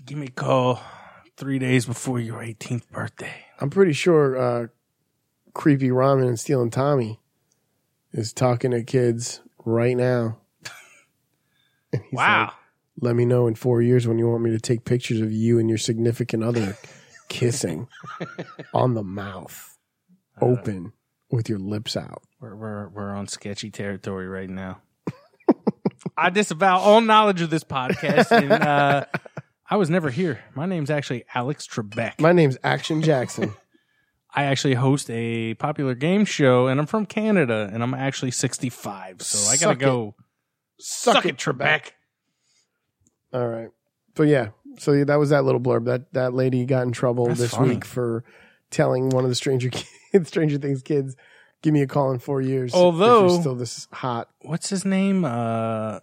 give me a call three days before your 18th birthday. I'm pretty sure uh, creepy ramen and stealing Tommy is talking to kids right now. And he's Wow. like, Let me know in four years when you want me to take pictures of you and your significant other kissing on the mouth, Uh. open with your lips out. We're, we're, we're on sketchy territory right now. I disavow all knowledge of this podcast. And, uh, I was never here. My name's actually Alex Trebek. My name's Action Jackson. I actually host a popular game show, and I'm from Canada, and I'm actually 65, so I gotta Suck go. Suck, it, Trebek. All right. So yeah, so yeah, that was that little blurb. That that lady got in trouble That's this funny. week for telling one of the Stranger Kids, Stranger Things kids, "Give me a call in four years." if Although- you're still this hot, What's his name? Uh,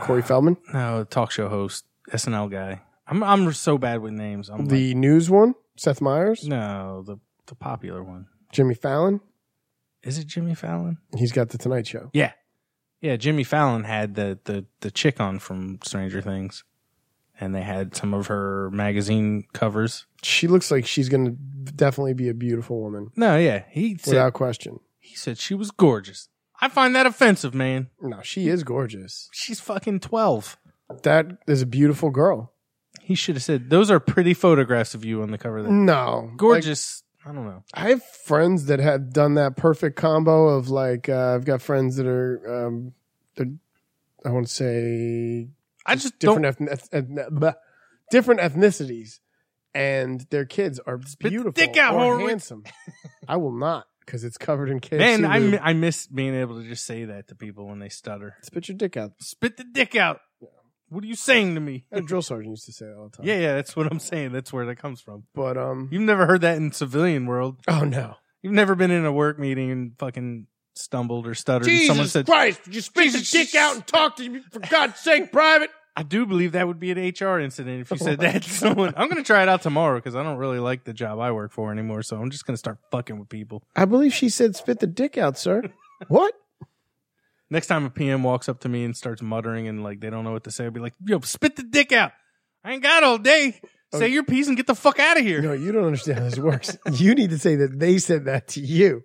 Corey Feldman, no, talk show host, SNL guy. I'm I'm so bad with names. I'm the news one, Seth Meyers, like, no the the popular one. Jimmy Fallon. Is it Jimmy Fallon? He's got the Tonight Show. Yeah, yeah. Jimmy Fallon had the the the chick on from Stranger Things, and they had some of her magazine covers. She looks like she's going to definitely be a beautiful woman No, yeah, he said without question. he said she was gorgeous. I find that offensive, man. No, she is gorgeous. She's fucking 12. That is a beautiful girl. He should have said, Those are pretty photographs of you on the cover. Of that. No, Like, Gorgeous. I don't know. I have friends that have done that perfect combo of like uh, I've got friends that are um, they're, I want to say I just different don't. ethn- eth- eth- blah, different ethnicities, and their kids are the beautiful dick out, or Horowitz. handsome. I will not because it's covered in KFC. Man, I, mi- lube. I miss being able to just say that to people when they stutter. spit your dick out. Spit the dick out. What are you saying to me? A drill sergeant used to say that all the time. Yeah, yeah, that's what I'm saying. That's where that comes from. but um, You've never heard that in civilian world. oh no, You've never been in a work meeting and fucking stumbled or stuttered. and someone said, Christ! You spit Jesus. dick out and talk to me for God's sake, private. Oh I do believe that would be an HR incident if you said that to someone. I'm going to try it out tomorrow because I don't really like the job I work for anymore. So I'm just going to start fucking with people. I believe she said, "Spit the dick out, sir." what? Next time a PM walks up to me and starts muttering and like they don't know what to say, I'll be like, yo, spit the dick out. I ain't got all day. Say your piece and get the fuck out of here. Oh, No, you don't understand how this works. you need to say that they said that to you,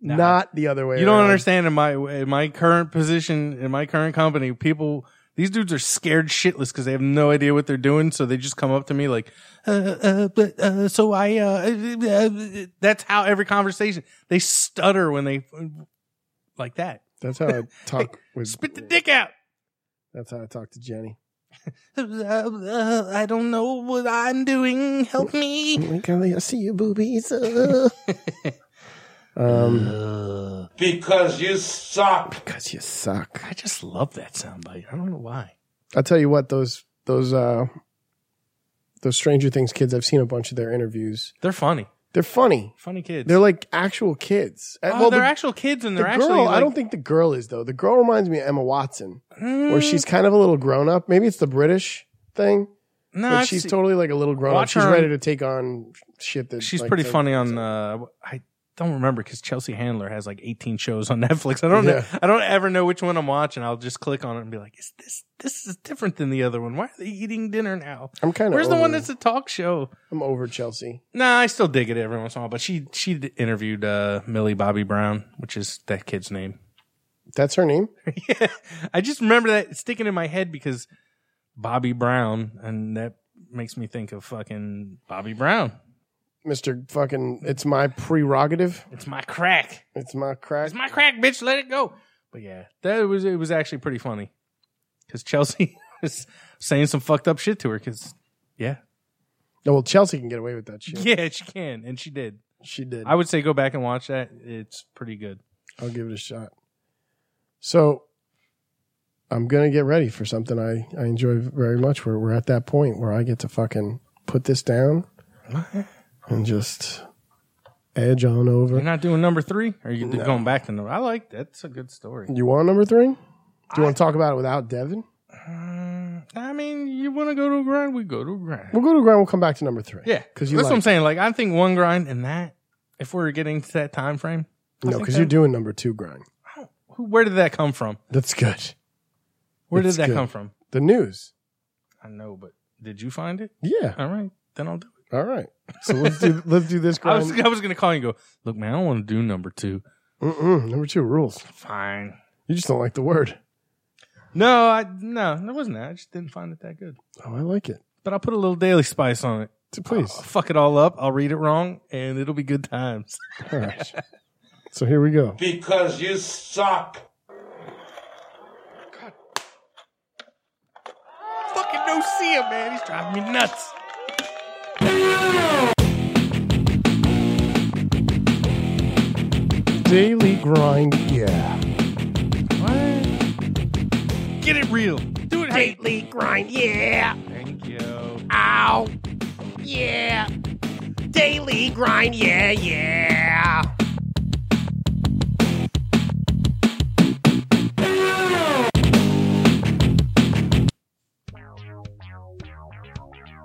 not the other way. You don't around. understand in my in my current position in my current company, people these dudes are scared shitless because they have no idea what they're doing, so they just come up to me like, uh, uh, but uh, so I. Uh, uh, that's how every conversation they stutter when they like that. That's how I talk with. Spit the dick out. "Uh, That's how I talk to Jenny. I don't know what I'm doing. Help me. I see your boobies. uh. um, Because you suck. because you suck. I just love that soundbite. I don't know why. I'll tell you what those those uh those Stranger Things kids. I've seen a bunch of their interviews. They're funny. They're funny. Funny kids. They're like actual kids. Uh, Oh, well, they're the- actual kids and the they're girl. actually. I like- don't think the girl is though. The girl reminds me of Emma Watson, "Hmm, where she's kind of a little grown up. Maybe it's the British thing. No, but I've she's seen- totally like a little grown up. Watch her She's on- ready to take on shit that She's like, pretty they- funny on. Uh, I don't remember because Chelsea Handler has like 18 shows on Netflix. I don't know. Yeah. I don't ever know which one I'm watching. I'll just click on it and be like, "Is this this is different than the other one? Why are they eating dinner now?" I'm kind of. Where's the one that's a talk show? I'm over Chelsea. Nah, I still dig it every once in a while. But she she interviewed uh, Millie Bobby Brown, which is that kid's name. That's her name. yeah, I just remember that sticking in my head because Bobby Brown, and that makes me think of fucking Bobby Brown. Mr. Fucking, it's my prerogative. It's my crack. It's my crack. It's my crack, bitch. Let it go. But yeah, that was it was actually pretty funny because Chelsea was saying some fucked up shit to her. Because yeah, No, well, Chelsea can get away with that shit. yeah, she can, and she did. She did. I would say go back and watch that. It's pretty good. I'll give it a shot. So I'm gonna get ready for something I, I enjoy very much. Where we're at that point where I get to fucking put this down and just edge on over. You're not doing number three, or are you going back to number? I like that's a good story. You want number three? Do you want to talk about it without Devin? Uh, I mean, you want to go to a grind? We go to a grind. We'll go to ground. We'll come back to number three. Yeah, because because you that's what I'm like- saying. Like, I think one grind and that. If we're getting to that time frame, I No, think because that- you're doing number two grind. who- Where did that come from? That's good. Where It's did that good. come from? The news. I know, but did you find it? Yeah. All right, then I'll do it. All right. So let's do let's do this I grind. was I was gonna call you and go. Look, man, I don't want to do number two. Mm-mm, number two rules. Fine. You just don't like the word. No, I no, that wasn't that. I just didn't find it that good. Oh, I like it. But I'll put a little daily spice on it. So please. I'll fuck it all up. I'll read it wrong, and it'll be good times. All right. So here we go. Because you suck. Fucking no see him, man. He's driving me nuts. Daily grind. Yeah. What? Get it real. Do it. Daily grind. Yeah. Thank you. Ow. Yeah. Daily grind. Yeah, yeah.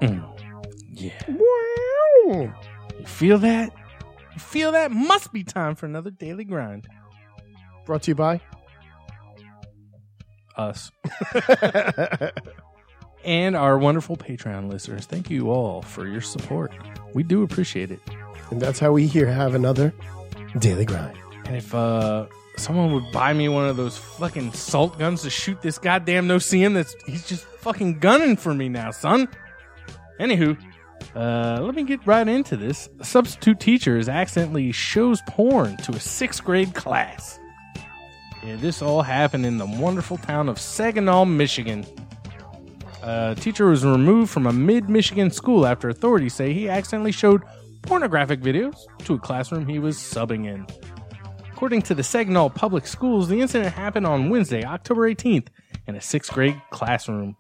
Yeah. You feel that? You feel that? Must be time for another daily grind. Brought to you by. Us. and our wonderful Patreon listeners. Thank you all for your support. We do appreciate it. And that's how we here have another daily grind. And if uh someone would buy me one of those fucking salt guns to shoot this goddamn no CM that's he's just fucking gunning for me now, son. Anywho, uh, let me get right into this. A substitute teacher is accidentally shows porn to a sixth grade class. Yeah, this all happened in the wonderful town of Saginaw, Michigan. A teacher was removed from a mid Michigan school after authorities say he accidentally showed pornographic videos to a classroom he was subbing in. According to the Saginaw Public Schools, the incident happened on Wednesday, October 18th, in a sixth grade classroom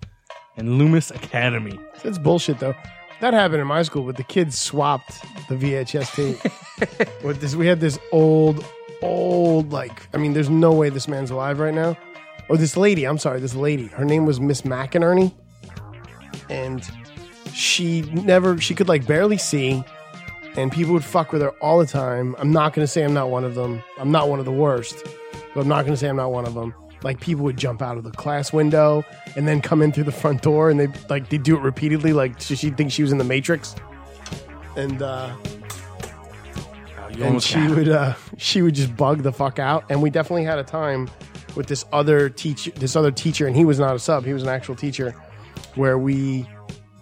in Loomis Academy. That's bullshit though. That happened in my school, but the kids swapped the VHS tape. With this, we had this old, old like. I mean, there's no way this man's alive right now. Or this lady. I'm sorry, this lady. Her name was Miss McInerney, and she never. She could like barely see, and people would fuck with her all the time. I'm not gonna say I'm not one of them. I'm not one of the worst, but I'm not gonna say I'm not one of them. like people would jump out of the class window and then come in through the front door, and they like they do it repeatedly. Like she, she'd think she was in the Matrix, and uh, and Oh, almost got she it. would uh, she would just bug the fuck out. And we definitely had a time with this other teacher, this other teacher, and he was not a sub; he was an actual teacher. Where we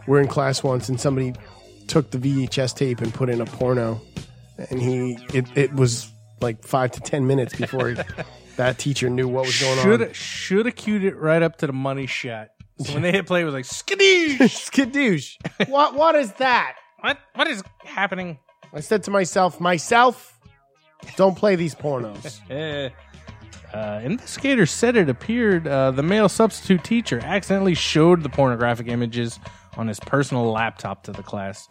were in class once, and somebody took the VHS tape and put in a porno, and he it, it was like five to ten minutes before he- that teacher knew what was going on. Should should have queued it right up to the money shot. So when they hit play, it was like skadoosh, skadoosh. What what is that? What what is happening? I said to myself, myself, don't play these pornos. Eh. Uh, investigators said it appeared uh, the male substitute teacher accidentally showed the pornographic images on his personal laptop to the class.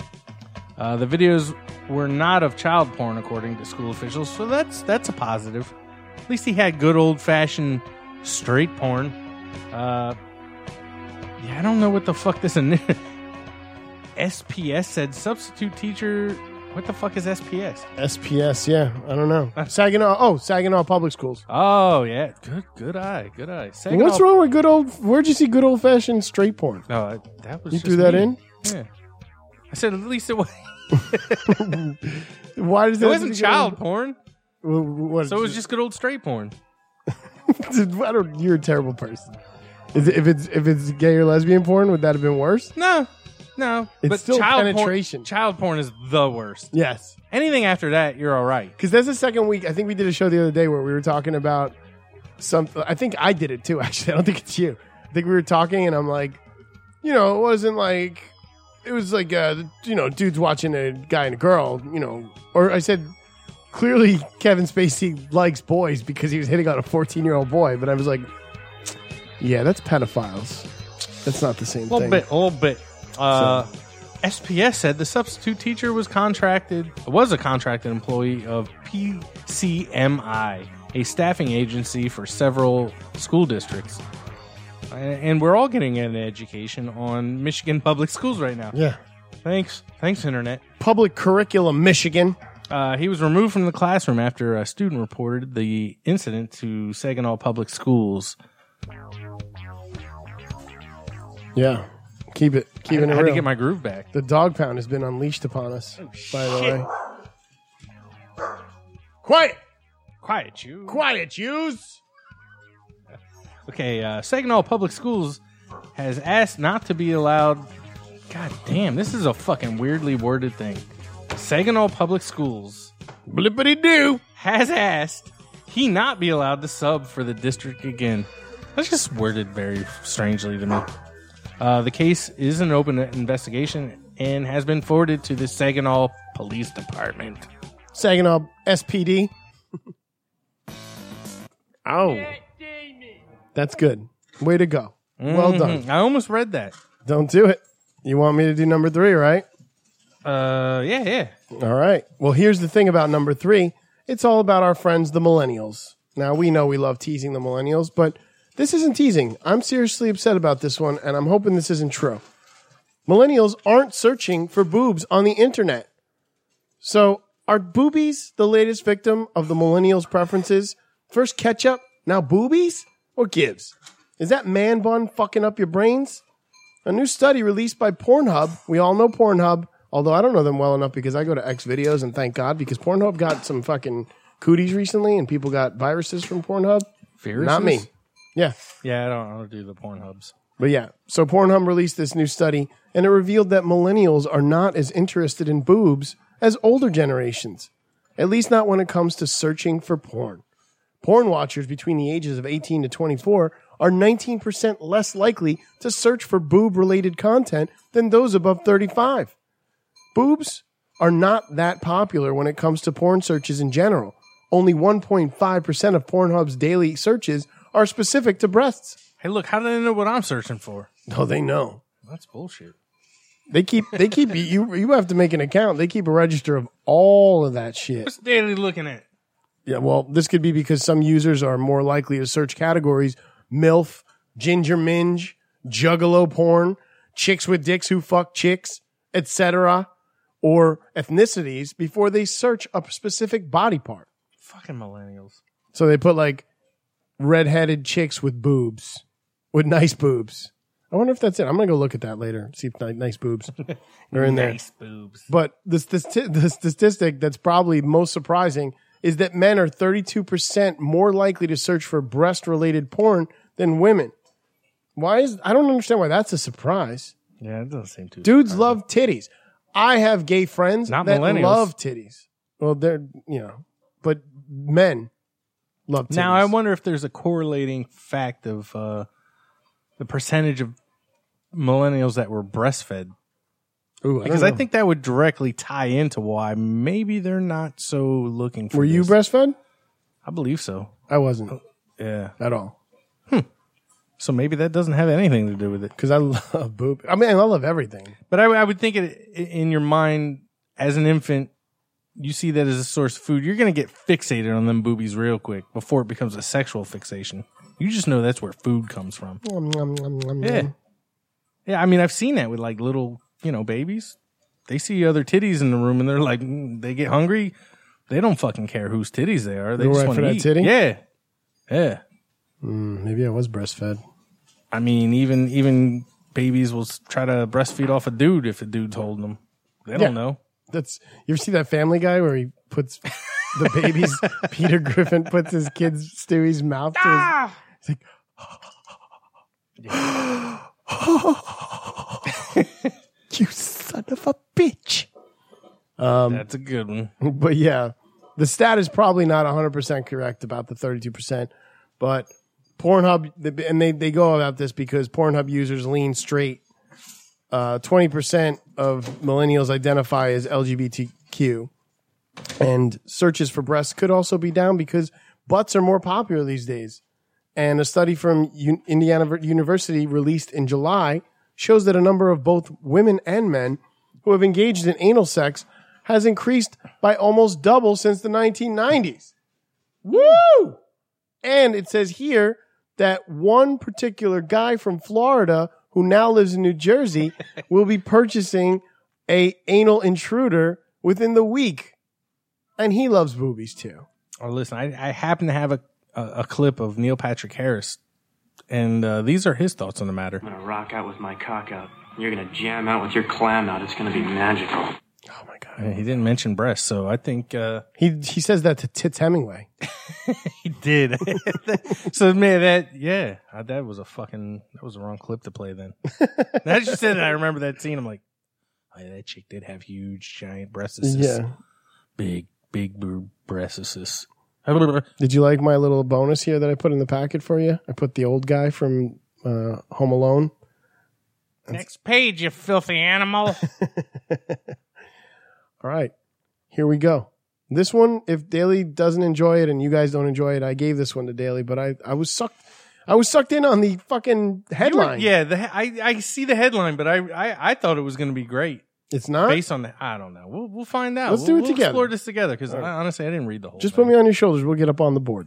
Uh, the videos were not of child porn, according to school officials, so that's that's a positive. At least he had good old fashioned straight porn. Uh, yeah, I don't know what the fuck this. In- SPS said substitute teacher. What the fuck is SPS? SPS, yeah, I don't know. Saginaw, oh, Saginaw Public Schools. Oh yeah, good good eye, good eye. Saginaw- What's wrong with good old? Where'd you see good old fashioned straight porn? No, I- that was You just threw that me. in? Yeah, I said at least it was. Why does It that? wasn't child porn, Wh- wh- What, so it was just good old straight porn. I don't, you're a terrible person. Is it- If it's if it's gay or lesbian porn, would that have been worse? No, no, It's still Porn, child porn is the worst. Yes. Anything after that, you're all right. Because that's the second week. I think we did a show the other day where we were talking about something. I think I did it too. Actually, I don't think it's you. I think we were talking, and I'm like, you know, it wasn't like it was like uh, you know, dudes watching a guy and a girl. You know, or I said clearly Kevin Spacey likes boys because he was hitting on a 14 year old boy. But I was like, yeah, that's pedophiles. That's not the same A little thing. bit, a little bit. Uh, SPS said the substitute teacher was contracted, was a contracted employee of PCMI, a staffing agency for several school districts. A- And we're all getting an education on Michigan public schools right now. Yeah. Thanks. Thanks, Internet. Public curriculum, Michigan. Uh, he was removed from the classroom after a student reported the incident to Saginaw Public Schools. Yeah, keep it, keep I- it. I had to real. get my groove back. The dog pound has been unleashed upon us. by the way, quiet, quiet, you, quiet, yous. Okay, uh, Saginaw Public Schools has asked not to be allowed. God damn, this is a fucking weirdly worded thing. Saginaw Public Schools, blippity doo, has asked he not be allowed to sub for the district again. That's just worded very strangely to me. Uh, the case is an open investigation and has been forwarded to the Saginaw Police Department. Saginaw SPD. oh, that's good. Way to go. Well done. Mhm. I almost read that. Don't do it. You want me to do number three, right? Uh, yeah, yeah. All right. Well, here's the thing about number three it's all about our friends, the millennials. Now, we know we love teasing the millennials, but this isn't teasing. I'm seriously upset about this one, and I'm hoping this isn't true. Millennials aren't searching for boobs on the internet. So, are boobies the latest victim of the millennials' preferences? First ketchup, now boobies? What gives? Is that man bun fucking up your brains? A new study released by Pornhub. We all know Pornhub, although I don't know them well enough because I go to X videos and thank God because Pornhub got some fucking cooties recently and people got viruses from Pornhub. Not me. Yeah. Yeah, I don't, I don't do the porn hubs. But yeah, so Pornhub released this new study, and it revealed that millennials are not as interested in boobs as older generations, at least not when it comes to searching for porn. Porn watchers between the ages of 18 to 24 are 19% less likely to search for boob related content than those above 35. Boobs are not that popular when it comes to porn searches in general. Only 1.5% of Pornhub's daily searches are specific to breasts. Hey, look, how do they know what I'm searching for? No, they know. That's bullshit. They keep they keep you you have to make an account. They keep a register of all of that shit. What's daily looking at? Yeah, well, this could be because some users are more likely to search categories MILF, ginger minge, juggalo porn, chicks with dicks who fuck chicks, etc., or ethnicities before they search a specific body part. Fucking millennials. So they put like redheaded chicks with boobs, with nice boobs. I wonder if that's it. I'm gonna go look at that later. See if ni- nice boobs are in there. Nice boobs. But the, stati- the statistic that's probably most surprising is that men are 32% more likely to search for breast-related porn than women. Why is I don't understand why that's a surprise. Yeah, it doesn't seem too. Dudes love titties. I have gay friends Not that millennials. love titties. Well, they're you know, but men love titties. Now I wonder if there's a correlating fact of uh, the percentage of millennials that were breastfed. Ooh, I because don't I know. think that would directly tie into why maybe they're not so looking for. Were you this. breastfed? I believe so. I wasn't Yeah, at all. So maybe that doesn't have anything to do with it. Because I love boob. I mean, I love everything. But I, I would think it, i- in your mind as an infant, you see that as a source of food. You're going to get fixated on them boobies real quick before it becomes a sexual fixation. You just know that's where food comes from. Nom, nom, nom, nom, Yeah. nom. Yeah, I mean, I've seen that with like little, you know, babies. They see other titties in the room and they're like, mm, they get hungry. They don't fucking care whose titties they are. They You're just right want for to that eat. titty? Yeah, yeah. Mm, maybe I was breastfed. I mean, even even babies will s- try to breastfeed off a dude if a dude's holding them. They don't Yeah. know. That's you ever see that Family Guy where he puts the baby's Peter Griffin puts his kid's Stewie's mouth to Ah. his, you son of a bitch. Um, That's a good one. But yeah, the stat is probably not 100% correct about the 32%. But Pornhub, and they, they go about this because Pornhub users lean straight. Uh, 20% of millennials identify as LGBTQ. And searches for breasts could also be down because butts are more popular these days. And a study from U- Indiana Ver- University released in July shows that a number of both women and men who have engaged in anal sex has increased by almost double since the 1990s. Woo! And it says here that one particular guy from Florida who now lives in New Jersey will be purchasing a anal intruder within the week. And he loves boobies too. Oh, listen, I, I happen to have a, a, a clip of Neil Patrick Harris, and uh, these are his thoughts on the matter. I'm gonna rock out with my cock out. You're gonna jam out with your clam out. It's gonna be magical. Uh, He didn't mention breasts, so I think uh, He he says that to Tits Hemingway. he did. so man, that yeah, uh, that was a fucking that was the wrong clip to play. Then that just said it. I remember that scene. I'm like, oh yeah, that chick did have huge, giant breasts. Yeah. big, big boob breasts. Did you like my little bonus here that I put in the packet for you? I put the old guy from uh, Home Alone. Next page, you filthy animal. All right, here we go. This one, if Daly doesn't enjoy it and you guys don't enjoy it, I gave this one to Daly, but I, I was sucked, I was sucked in on the fucking headline. Yeah, the, he- I I see the headline, but I I, I thought it was going to be great. It's not based on the. I don't know. We'll we'll find out. Let's we'll, do it we'll together. Explore this together because All right. honestly, I didn't read the whole. Just put me on your shoulders. We'll get up on the board.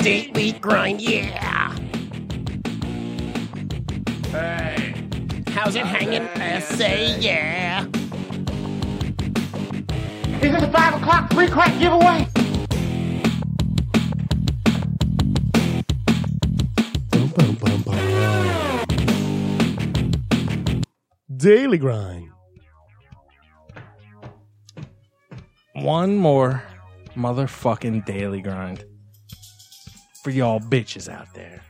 Daily grind, yeah. Hey. How's it hanging? I say yeah. Is this a five o'clock free crack giveaway? Daily grind. One more motherfucking daily grind for y'all bitches out there.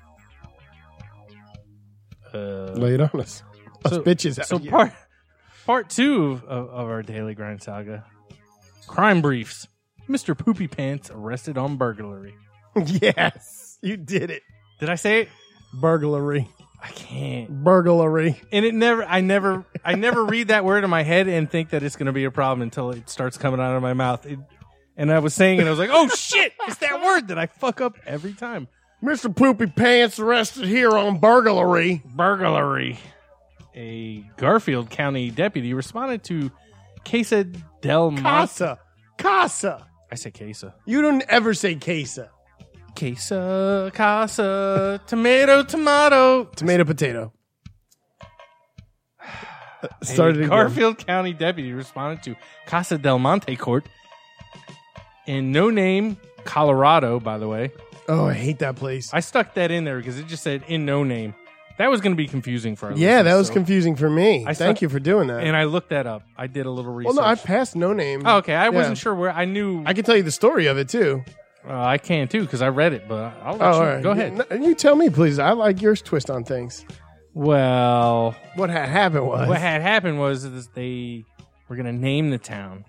Uh, Lay it on us. Us bitches out so here. part part two of, of, of our daily grind saga: crime briefs. Mister Poopy Pants arrested on burglary. yes, you did it. Did I say it? Burglary. I can't. Burglary. and it never i never i never read that word in my head and think that it's going to be a problem until it starts coming out of my mouth It- and i was saying it i was like oh shit it's that word that i fuck up every time Mr. Poopy Pants arrested here on burglary. burglary a garfield county deputy responded to casa del monte Casa. Casa. i said casa You don't ever say Casa. Queso, casa, tomato, tomato. Tomato, potato. Started a again. Garfield County deputy responded to Casa del Monte Court in No Name, Colorado, by the way. Oh, I hate that place. I stuck that in there because it just said in No Name. That was going to be confusing for us. Yeah, that was confusing for me. I Thank stuck- you for doing that. And I looked that up. I did a little well, research. no, I passed no name. Oh, okay. I wasn't Yeah. sure where I knew. I can tell you the story of it too. Uh, I can too because I read it, but I'll let Oh, you all right. go ahead. You, you tell me, please. I like your twist on things. Well, what had happened was What had happened was is they were going to name the town,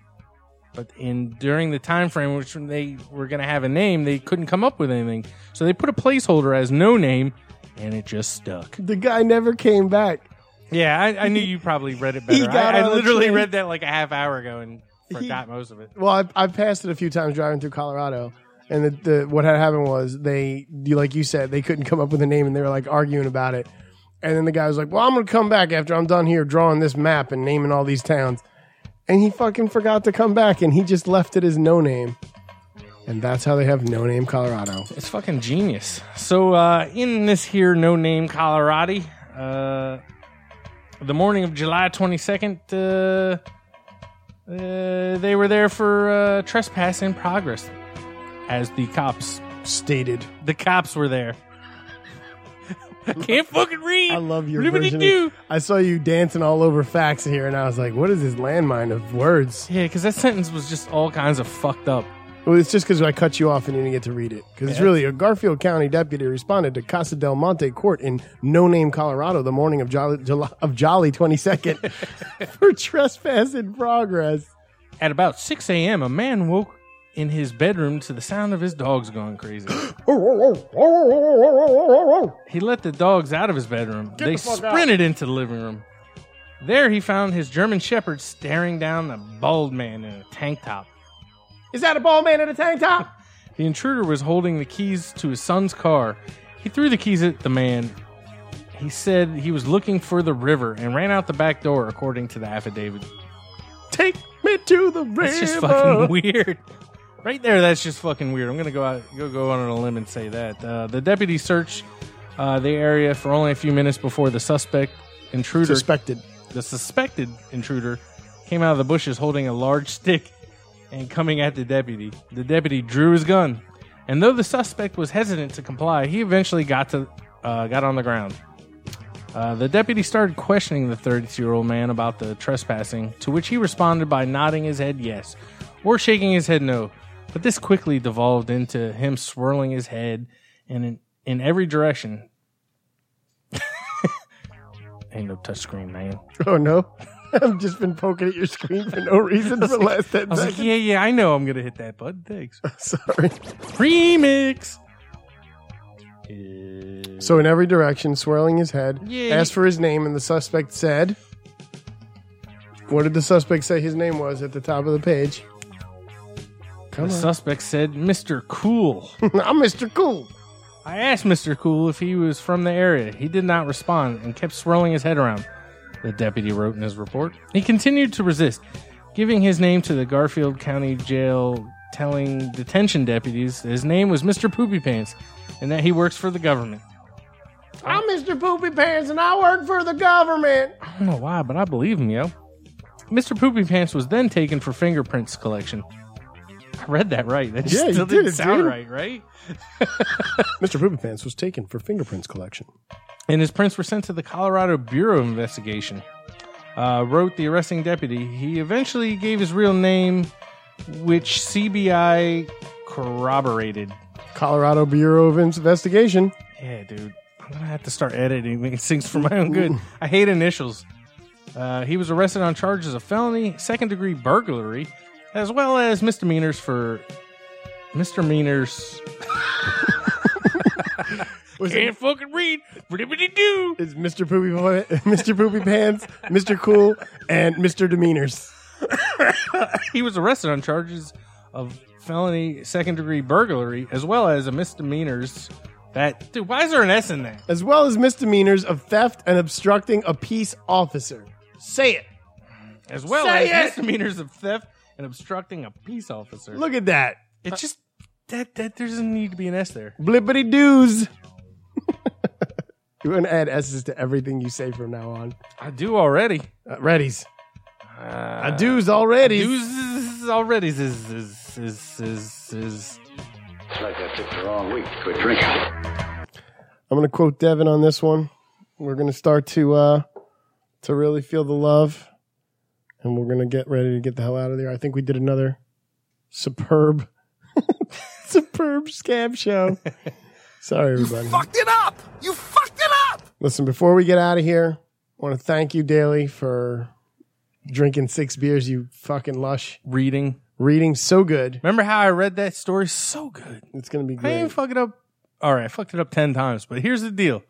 but in during the time frame which they were going to have a name, they couldn't come up with anything, so they put a placeholder as no name, and it just stuck. the guy never came back. Yeah, I, I knew you probably read it He better. got I, on I a literally train. read that like a half hour ago and forgot most of it. Well, I, I passed it a few times driving through Colorado, and the, the what had happened was they, you- like you said, they couldn't come up with a name, and they were like arguing about it. And then the guy was like, "Well, I'm gonna come back after I'm done here drawing this map and naming all these towns," and he fucking forgot to come back, and he just left it as no name, and that's how they have no name Colorado. It's fucking genius. So uh, in this here no name Colorado, uh, the morning of July twenty second, uh, uh, they were there for uh, trespass in progress, as the cops stated. The cops were there. I can't fucking read. I love your Ribbity version. doo. Of, I saw you dancing all over facts here, and I was like, "What is this landmine of words?" Yeah, because that sentence was just all kinds of fucked up. Well, it's just because I cut you off and you didn't get to read it. Because it's Yeah. really a Garfield County deputy responded to Casa del Monte Court in No Name, Colorado, the morning of Jolly, July, of Jolly 22nd for trespass in progress. At about six a.m., a man woke in his bedroom to the sound of his dogs going crazy. He let the dogs out of his bedroom. Get they the fuck out. sprinted into the living room. There he found his German shepherd staring down the bald man in a tank top. Is that a ball man in a tank top? The intruder was holding the keys to his son's car. He threw the keys at the man. He said he was looking for the river and ran out the back door, according to the affidavit. Take me to the river. That's just fucking weird. Right there, that's just fucking weird. I'm gonna go out, go go on a limb and say that uh, the deputy searched uh, the area for only a few minutes before the suspect intruder suspected the suspected intruder came out of the bushes holding a large stick and coming at the deputy. The deputy drew his gun, and though the suspect was hesitant to comply, he eventually got to uh, got on the ground. Uh, the deputy started questioning the 32 year old man about the trespassing, to which he responded by nodding his head yes or shaking his head no. But this quickly devolved into him swirling his head in, in, in every direction. Ain't no touchscreen, man. Oh, no. I've just been poking at your screen for no reason for the last 10 I was like, seconds. yeah, yeah, I know I'm going to hit that button. Thanks. Sorry. Remix. So, in every direction, swirling his head, Yeah. asked for his name, and the suspect said, What did the suspect say his name was at the top of the page? Come the on. suspect said, Mr. Cool. I'm Mr. Cool. I asked Mr. Cool if he was from the area. He did not respond and kept swirling his head around, the deputy wrote in his report. He continued to resist, giving his name to the Garfield County Jail, telling detention deputies that his name was Mr. Poopy Pants and that he works for the government. I'm Mr. Poopy Pants, and I work for the government. I don't know why, but I believe him, yo. Mr. Poopy Pants was then taken for fingerprints collection. I read that right. That just Yeah, you still did didn't it, sound dude. right, right? Mr. Poopy Pants was taken for fingerprints collection. And his prints were sent to the Colorado Bureau of Investigation. Uh, wrote the arresting deputy. He eventually gave his real name, which CBI corroborated. Colorado Bureau of Investigation. Yeah, dude. I'm gonna have to start editing these things for my own good. I hate initials. Uh, he was arrested on charges of felony, second degree burglary, as well as misdemeanors for misdemeanors. Can't fucking read. do. It's Mr. Poopy, Pa- Mr. Poopy Pants, Mr. Cool, and Mr. Demeanors. he was arrested on charges of felony, second degree burglary, as well as a misdemeanors. That dude, why is there an S in there? as well as misdemeanors of theft and obstructing a peace officer. Say it. As well Say as it! misdemeanors of theft and obstructing a peace officer. Look at that. It's just That that there doesn't need to be an S there. Blippity doos. You're going to add S's to everything you say from now on. I do already. Uh, readies. I do's already. Do's already. Is, is, is, is, is. It's like I picked the wrong week to a drink. I'm going to quote Devin on this one. We're going to start to uh, to really feel the love, and we're going to get ready to get the hell out of there. I think we did another superb, superb scam show. Sorry, everybody. Fucked it up! You fucked it up! Listen, before we get out of here, I want to thank you, Daly, for drinking six beers. You fucking lush. Reading. Reading so good. Remember how I read that story? So good. It's gonna be I didn't great. fuck it up. All right, I fucked it up ten times, but here's the deal.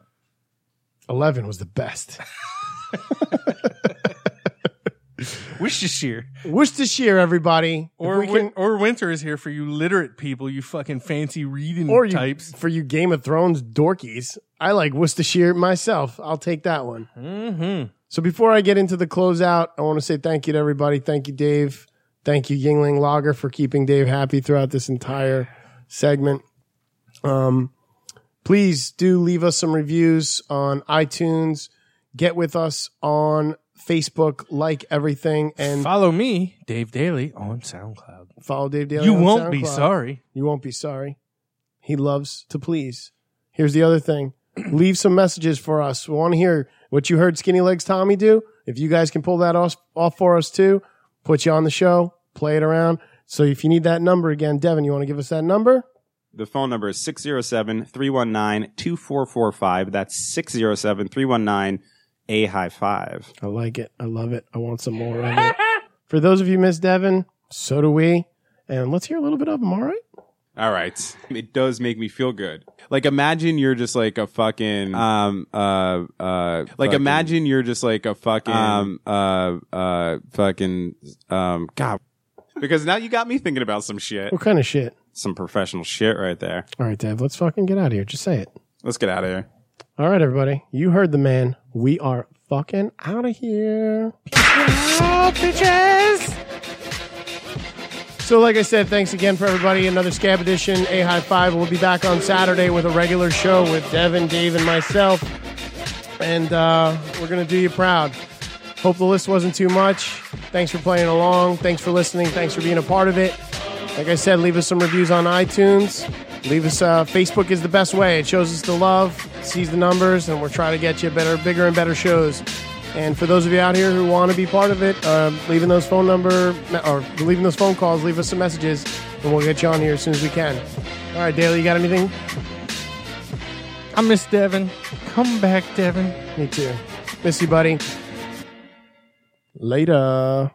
Eleven was the best. Worcestershire Worcestershire, everybody. or If we win- or winter is here for you literate people, you fucking fancy reading or you, types. for you Game of Thrones dorkies. I like Worcestershire myself. I'll take that one. Mm-hmm. So before I get into the closeout, I want to say thank you to everybody. Thank you, Dave. Thank you, Yingling Lager, for keeping Dave happy throughout this entire segment. Um, please do leave us some reviews on iTunes. Get with us on Facebook. Like everything and Follow me, Dave Daly, on SoundCloud. follow Dave Daly. You on won't be SoundCloud. sorry. You won't be sorry. He loves to please. Here's the other thing. Leave some messages for us. We want to hear what you heard Skinny Legs Tommy do. If you guys can pull that off, off for us too, put you on the show, play it around. So if you need that number again, Devin, you want to give us that number? The phone number is 607 319 2445. That's 607 319 A High Five. I like it. I love it. I want some more of it. For those of you who miss Devin, so do we. And let's hear a little bit of him, all right? All right. It does make me feel good. Like imagine you're just like a fucking um uh uh like fucking- imagine you're just like a fucking um uh uh fucking um god because now you got me thinking about some shit. What kind of shit? Some professional shit right there. All right, Dev, let's fucking get out of here. Just say it. Let's get out of here. All right, everybody. You heard the man. We are fucking out of here. bitches! So, like I said, thanks again for everybody. Another Scab Edition, A High Five. We'll be back on Saturday with a regular show with Devin, Dave, and myself. And uh, we're going to do you proud. Hope the list wasn't too much. Thanks for playing along. Thanks for listening. Thanks for being a part of it. Like I said, leave us some reviews on iTunes. Leave us uh, Facebook is the best way. It shows us the love, sees the numbers, and we're trying to get you better, bigger, and better shows. And for those of you out here who want to be part of it, uh, leaving those phone number or leaving those phone calls, leave us some messages, and we'll get you on here as soon as we can. All right, Daly, you got anything? I miss Devin. Come back, Devin. Me too. Miss you, buddy. Later.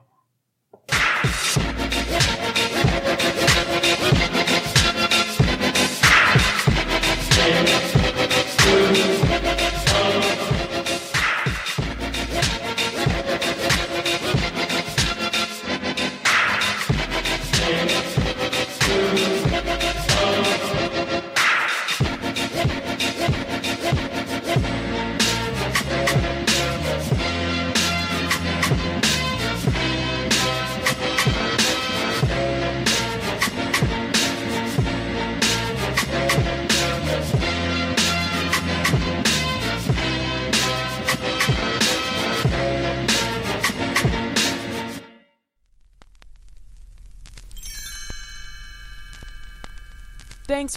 Thanks